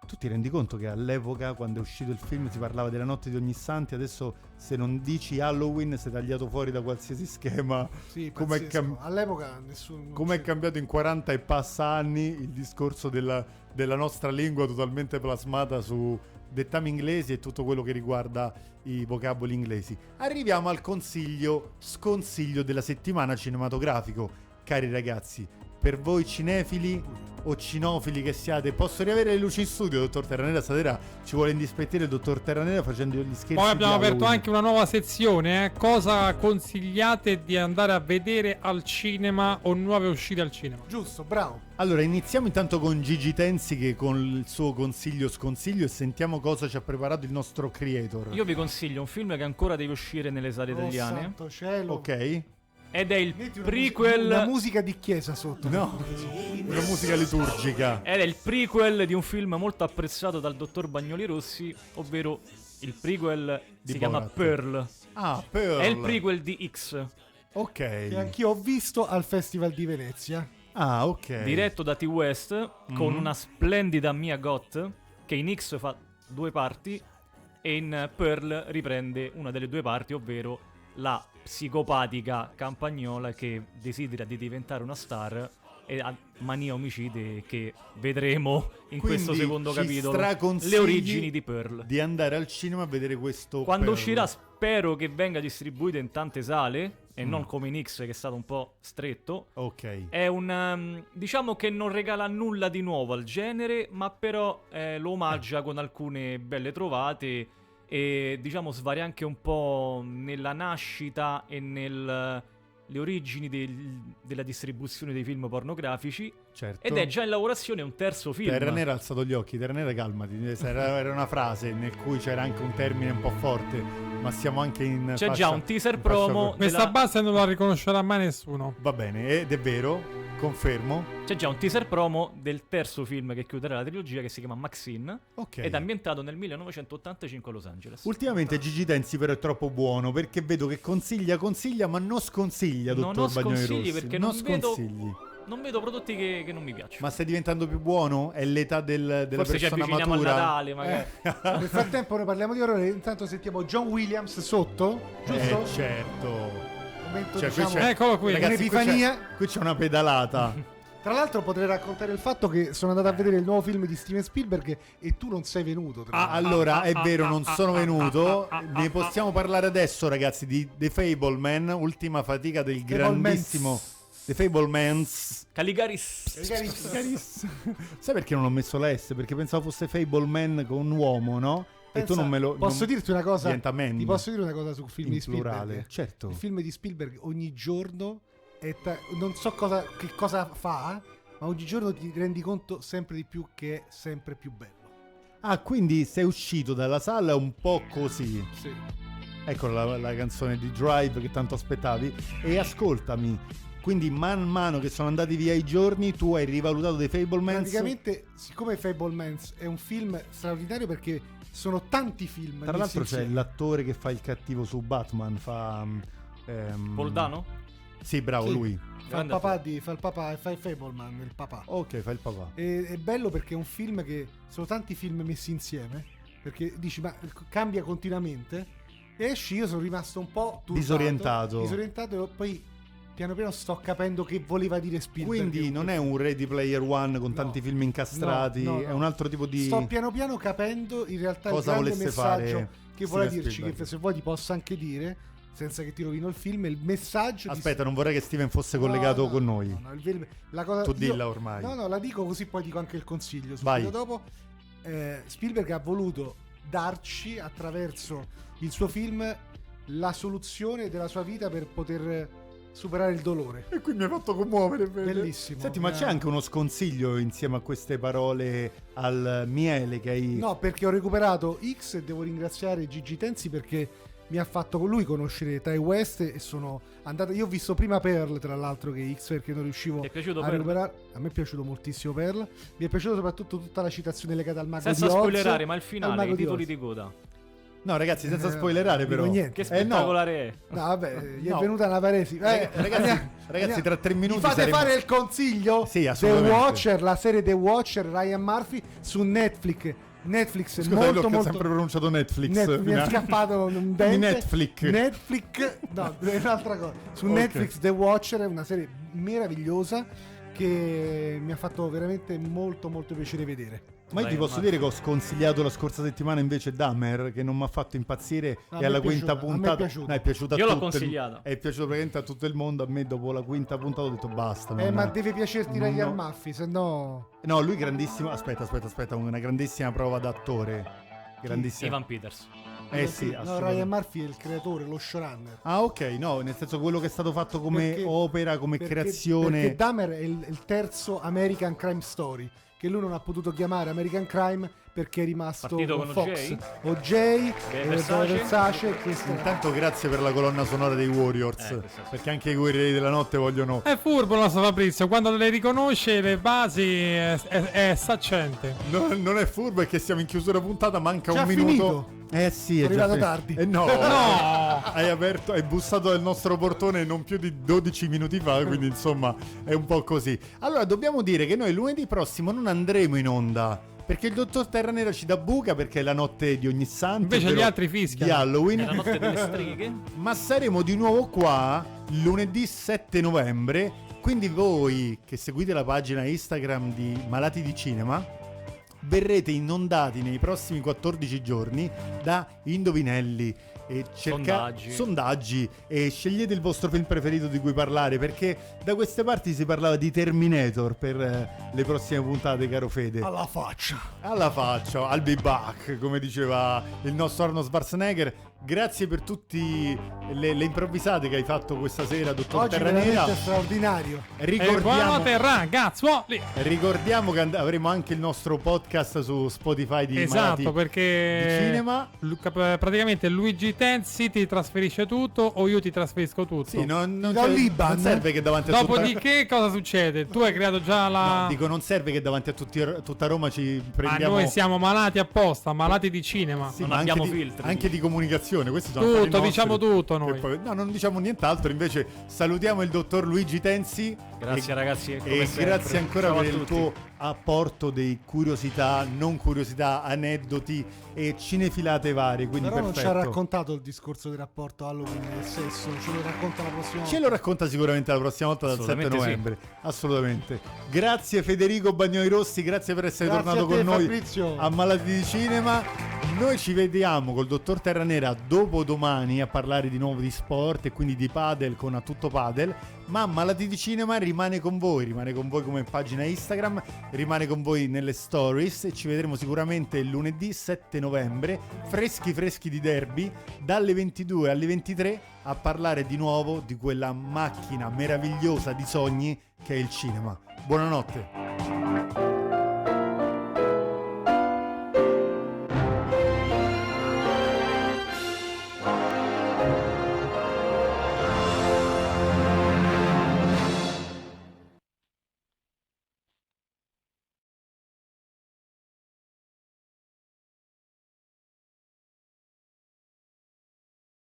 A: Tu ti rendi conto che all'epoca quando è uscito il film si parlava della notte di ogni santi, adesso se non dici Halloween sei tagliato fuori da qualsiasi schema
D: Sì,
A: Com'è
D: pazzesco.
A: cam-
D: All'epoca nessuno.
A: Com'è
D: cioè,
A: cambiato in 40 e passa anni il discorso della, della nostra lingua totalmente plasmata su dettami inglesi e tutto quello che riguarda i vocaboli inglesi. Arriviamo al consiglio, sconsiglio della settimana cinematografico. Cari ragazzi, per voi cinefili o cinofili che siate, posso riavere le luci in studio, dottor Terranera? Stasera ci vuole indispettire il dottor Terranera facendo gli scherzi.
B: Poi abbiamo
A: di
B: aperto
A: Halloween.
B: anche una nuova sezione, eh. cosa consigliate di andare a vedere al cinema o nuove uscite al cinema?
D: Giusto, bravo.
A: Allora, iniziamo intanto con Gigi Tensi che con il suo consiglio sconsiglio e sentiamo cosa ci ha preparato il nostro creator.
C: Io vi consiglio un film che ancora deve uscire nelle sale
D: Oh,
C: italiane.
D: santo cielo.
A: Ok?
C: Ed è il
D: Metti una
C: prequel.
D: musica- una musica di chiesa sotto.
A: No, una musica liturgica.
C: Ed è il prequel di un film molto apprezzato dal dottor Bagnoli Rossi, ovvero Il prequel
A: Di
C: si chiama
A: Borat.
C: Pearl.
A: Ah, Pearl.
C: È il prequel di X,
D: Che
A: Ok.
D: anch'io ho visto al Festival di Venezia.
A: Ah, ok.
C: diretto da T. West, con
A: Mhm.
C: una splendida Mia Gott, che in X fa due parti, e in Pearl riprende una delle due parti, ovvero la psicopatica campagnola che desidera di diventare una star e ha manie omicide che vedremo in questo
A: Quindi
C: secondo
A: ci
C: capitolo.
A: straconsigli
C: Le origini di Pearl.
A: Di andare al cinema a vedere questo.
C: Quando
A: Pearl.
C: uscirà spero che venga distribuito in tante sale e non come in X che è stato un po' stretto.
A: Ok.
C: È un. um, diciamo che non regala nulla di nuovo al genere, ma però eh, lo omaggia con alcune belle trovate. E diciamo svaria anche un po' nella nascita e nel. Le origini del- della distribuzione dei film pornografici.
A: Certo.
C: Ed è già in lavorazione un terzo film.
A: Terra Nera ha alzato gli occhi, Terra Nera calmati, Eh, era, era una frase nel cui c'era anche un termine un po' forte, ma siamo anche in...
C: C'è
A: fascia-
C: già un teaser
A: in fascia
C: promo.
A: cor-
B: Questa
C: Della-
B: base non la riconoscerà mai nessuno.
A: Va bene, ed è vero, confermo.
C: C'è già un teaser promo del terzo film che chiuderà la trilogia che si chiama Maxine.
A: Ok.
C: Ed è ambientato nel 1985 a Los Angeles.
A: Ultimamente Gigi Tensi però è troppo buono perché vedo che consiglia, consiglia, ma non sconsiglia,
C: Non
A: dottor
C: ho
A: Bagnoni
C: sconsigli
A: Rossi.
C: perché
A: non,
C: non vedo-
A: sconsigli.
C: Non vedo prodotti che, che non mi piacciono.
A: Ma stai diventando più buono? È l'età del, della
C: Forse ci
A: persona
C: avviciniamo
A: matura? Eh.
C: a Natale, magari.
D: Nel frattempo noi parliamo di horror. Intanto sentiamo John Williams sotto. Giusto?
A: Eh, certo.
D: Momento,
A: Cioè, qui
D: diciamo-
A: c'è-
B: Eccolo qui.
A: Ragazzi, qui c'è-
D: Un'epifania.
A: qui c'è una pedalata.
D: Tra l'altro potrei raccontare il fatto che sono andato a vedere il nuovo film di Steven Spielberg e tu non sei venuto. tra
A: Ah,
D: l'altro.
A: allora, è vero, non sono venuto. Ne possiamo parlare adesso, ragazzi, di The Fableman, ultima fatica del
D: Fablemans.
A: grandissimo The Fablemans.
C: Caligaris.
D: Magari-
A: Sai perché non ho messo la S? Perché pensavo fosse Fableman con un uomo, no? e tu non me lo
D: Ah, Posso
A: non-
D: dirti una cosa?
A: diventa man.
D: Ti posso dire una cosa sul film
A: in
D: di Spielberg?
A: plurale, certo.
D: Il film di Spielberg ogni giorno è ta- non so cosa, che cosa fa, ma ogni giorno ti rendi conto sempre di più che è sempre più bello.
A: Ah, quindi sei uscito dalla sala un po' così.
D: Sì.
A: Ecco la, la canzone di Drive che tanto aspettavi. E ascoltami. Quindi, man mano che sono andati via i giorni, tu hai rivalutato dei Fableman.
D: Praticamente, siccome Fablemans è un film straordinario perché sono tanti film.
A: Tra l'altro, c'è
D: la
A: l'attore che fa il cattivo su Batman. Fa. mm, ehm,
C: Poldano?
A: Sì, bravo,
D: Sì.
A: lui.
D: Fa il
C: Grande
D: papà di. Fa il papà. Fa il Fableman, il papà.
A: Ok, fa il papà.
D: E- è bello perché è un film che sono tanti film messi insieme. Perché dici, ma c- cambia continuamente. E esci, io sono rimasto un po' turbato,
A: Disorientato.
D: Disorientato, e poi piano piano sto capendo che voleva dire Spielberg.
A: Quindi non è un Ready Player One con
D: No.
A: tanti film incastrati,
D: No, no, no.
A: è un altro tipo di.
D: Sto piano piano capendo in realtà
A: Cosa
D: il grande
A: volesse
D: messaggio
A: fare
D: che vuole
A: Steven
D: dirci, che
A: Spielberg.
D: se vuoi ti posso anche dire, senza che ti rovino il film, il messaggio di-
A: Aspetta, non vorrei che Steven fosse
D: No,
A: collegato
D: no,
A: con
D: no,
A: noi.
D: no, il film- la cosa-
A: Tu
D: io-
A: dilla ormai.
D: No, no, la dico così poi dico anche il consiglio.
A: Vai.
D: Subito dopo Eh, Spielberg ha voluto darci attraverso il suo film la soluzione della sua vita per poter superare il dolore.
A: E qui mi hai fatto commuovere.
D: Bellissimo.
A: Senti, ma
D: Eh.
A: c'è anche uno sconsiglio insieme a queste parole al miele che hai.
D: No, perché ho recuperato X e devo ringraziare Gigi Tensi perché mi ha fatto con lui conoscere Ty West e sono andato. Io ho visto prima Pearl, tra l'altro, che X perché non riuscivo
C: Ti è piaciuto
D: a
C: Pearl?
D: recuperare. A me è piaciuto moltissimo Pearl. Mi è piaciuta soprattutto tutta la citazione legata al mago
C: Senza
D: di Oz.
C: spoilerare, ma il
D: al
C: finale,
D: Mago
C: i
D: di
C: titoli
D: Oz.
C: di coda.
A: No, ragazzi, senza
D: Eh,
A: spoilerare,
D: dico
A: però.
D: niente.
C: Che
A: Eh, no.
C: spettacolare è.
D: No, vabbè, gli
A: No.
D: è venuta una paresi. Eh,
A: Raga- ragazzi,
D: andiamo-
A: ragazzi,
D: andiamo.
A: tra tre minuti
D: Mi fate
A: saremo-
D: fare il consiglio?
A: Sì,
D: The
A: assolutamente.
D: Watcher, la serie The Watcher, Ryan Murphy su Netflix. Netflix è
A: Scusa,
D: molto,
A: Luca, ho
D: molto...
A: sempre pronunciato Netflix.
D: Net- mi è
A: Una-
D: scappato un dente.
A: Di Netflix.
D: Netflix, no, è un'altra cosa. Su
A: Ok.
D: Netflix The Watcher è una serie meravigliosa che mi ha fatto veramente molto molto piacere vedere.
A: Ma io
C: Dai,
A: ti posso
C: ormai.
A: dire che ho sconsigliato la scorsa settimana invece Dahmer, che non mi ha fatto impazzire. e
D: No, a me è
A: alla
D: piaciuta,
A: quinta
D: a me è
A: puntata.
D: piaciuta.
A: no, è piaciuta a
C: Io l'ho
A: tutto il-
C: consigliata.
A: È piaciuto praticamente a tutto il mondo. A me, dopo la quinta puntata, ho detto basta.
D: Eh,
A: non-
D: ma deve piacerti Ryan
A: No.
D: Murphy, se no...
A: No, lui grandissimo. Aspetta, aspetta, aspetta. Una grandissima prova d'attore. Grandissima.
C: Ivan Peters.
A: Eh sì,
D: no,
A: assolutamente.
D: Ryan Murphy è il creatore, lo showrunner.
A: Ah, ok, no, nel senso quello che è stato fatto come
D: Perché-
A: opera, come
D: perché-
A: creazione.
D: Perché Dahmer è il, il terzo American Crime Story che lui non ha potuto chiamare American Crime perché è rimasto
C: Partito con
D: con Fox,
C: O.J.?
D: OJ, eh,
C: Versace.
D: Versace e questo
A: Intanto grazie per la colonna sonora dei Warriors,
C: Eh, questa sì.
A: perché anche i guerrieri della notte vogliono...
B: È furbo il nostro Fabrizio, quando le riconosce le basi è, è, è saccente.
A: No, non è furbo, è che siamo in chiusura puntata, manca
D: Già
A: un minuto.
D: finito?
A: Eh sì, è
D: Arrivato
A: già finito.
D: tardi.
A: Eh no,
B: No!
A: hai aperto, hai bussato al nostro portone non più di 12 minuti fa, quindi insomma è un po' così. Allora dobbiamo dire che noi lunedì prossimo non andremo in onda. Perché il dottor Terra Nera ci dà buca perché è la notte di ogni santo.
B: Invece gli
A: ovvero
B: altri fischiano.
A: Di Halloween.
C: È la notte delle streghe.
A: Ma saremo di nuovo qua lunedì 7 novembre. Quindi voi che seguite la pagina Instagram di Malati di Cinema verrete inondati nei prossimi 14 giorni da indovinelli e cerca-
C: Sondaggi.
A: sondaggi e scegliete il vostro film preferito di cui parlare perché da queste parti si parlava di Terminator per eh, le prossime puntate caro Fede
D: Alla faccia.
A: alla faccia, al be back, come diceva il nostro Arno Schwarzenegger. Grazie per tutte le, le improvvisate che hai fatto questa sera, dottor
D: Oggi
A: Terra
D: veramente
A: Nera.
D: è straordinario.
B: E buona
A: Ricordiamo,
B: terra, oh, cazzuoli!
A: ricordiamo che and- avremo anche il nostro podcast su Spotify di
B: Esatto,
A: Malati
B: perché
A: di cinema.
B: Lu- cap- praticamente Luigi Tensi ti trasferisce tutto o io ti trasferisco tutto.
A: Sì, non, non,
D: Ti do
A: serve-
D: l'Iban.
A: non serve che davanti a tutta...
B: Dopodiché cosa succede? Tu hai creato già la
A: No, dico, non serve che davanti a tutti- tutta Roma ci
B: Ma
A: prendiamo...
B: noi siamo malati apposta, malati di cinema.
A: Sì,
C: Non
A: ma anche
C: abbiamo
A: di,
C: filtri.
A: Anche di comunicazione, questi sono
B: Tutto,
A: affari nostri.
B: diciamo tutto noi.
A: E poi- no, non diciamo nient'altro, invece salutiamo il dottor Luigi Tensi.
C: Grazie
A: e,
C: ragazzi. come
A: E
C: sempre.
A: grazie ancora
C: Ciao a
A: per il
C: tutti.
A: tuo apporto di curiosità, non curiosità, aneddoti e cinefilate varie, quindi
D: Però non ci ha
A: perfetto.
D: raccontato il discorso del rapporto Halloween e sesso, ce lo racconta la prossima
A: Ce
D: volta.
A: lo racconta sicuramente la prossima volta dal 7
C: Assolutamente sì.
A: novembre. Assolutamente. Grazie Federico Bagnoi Rossi, grazie per essere
D: Grazie
A: tornato
D: a te,
A: con noi
D: Fabrizio.
A: a Malati di Cinema. Noi ci vediamo col dottor Terra Nera dopodomani a parlare di nuovo di sport e quindi di padel con a tutto padel, ma Malati di Cinema rimane con voi, rimane con voi come pagina Instagram, rimane con voi nelle stories e ci vedremo sicuramente lunedì 7 novembre, freschi freschi di derby, dalle 22 alle 23 a parlare di nuovo di quella macchina meravigliosa di sogni che è il cinema. Buonanotte.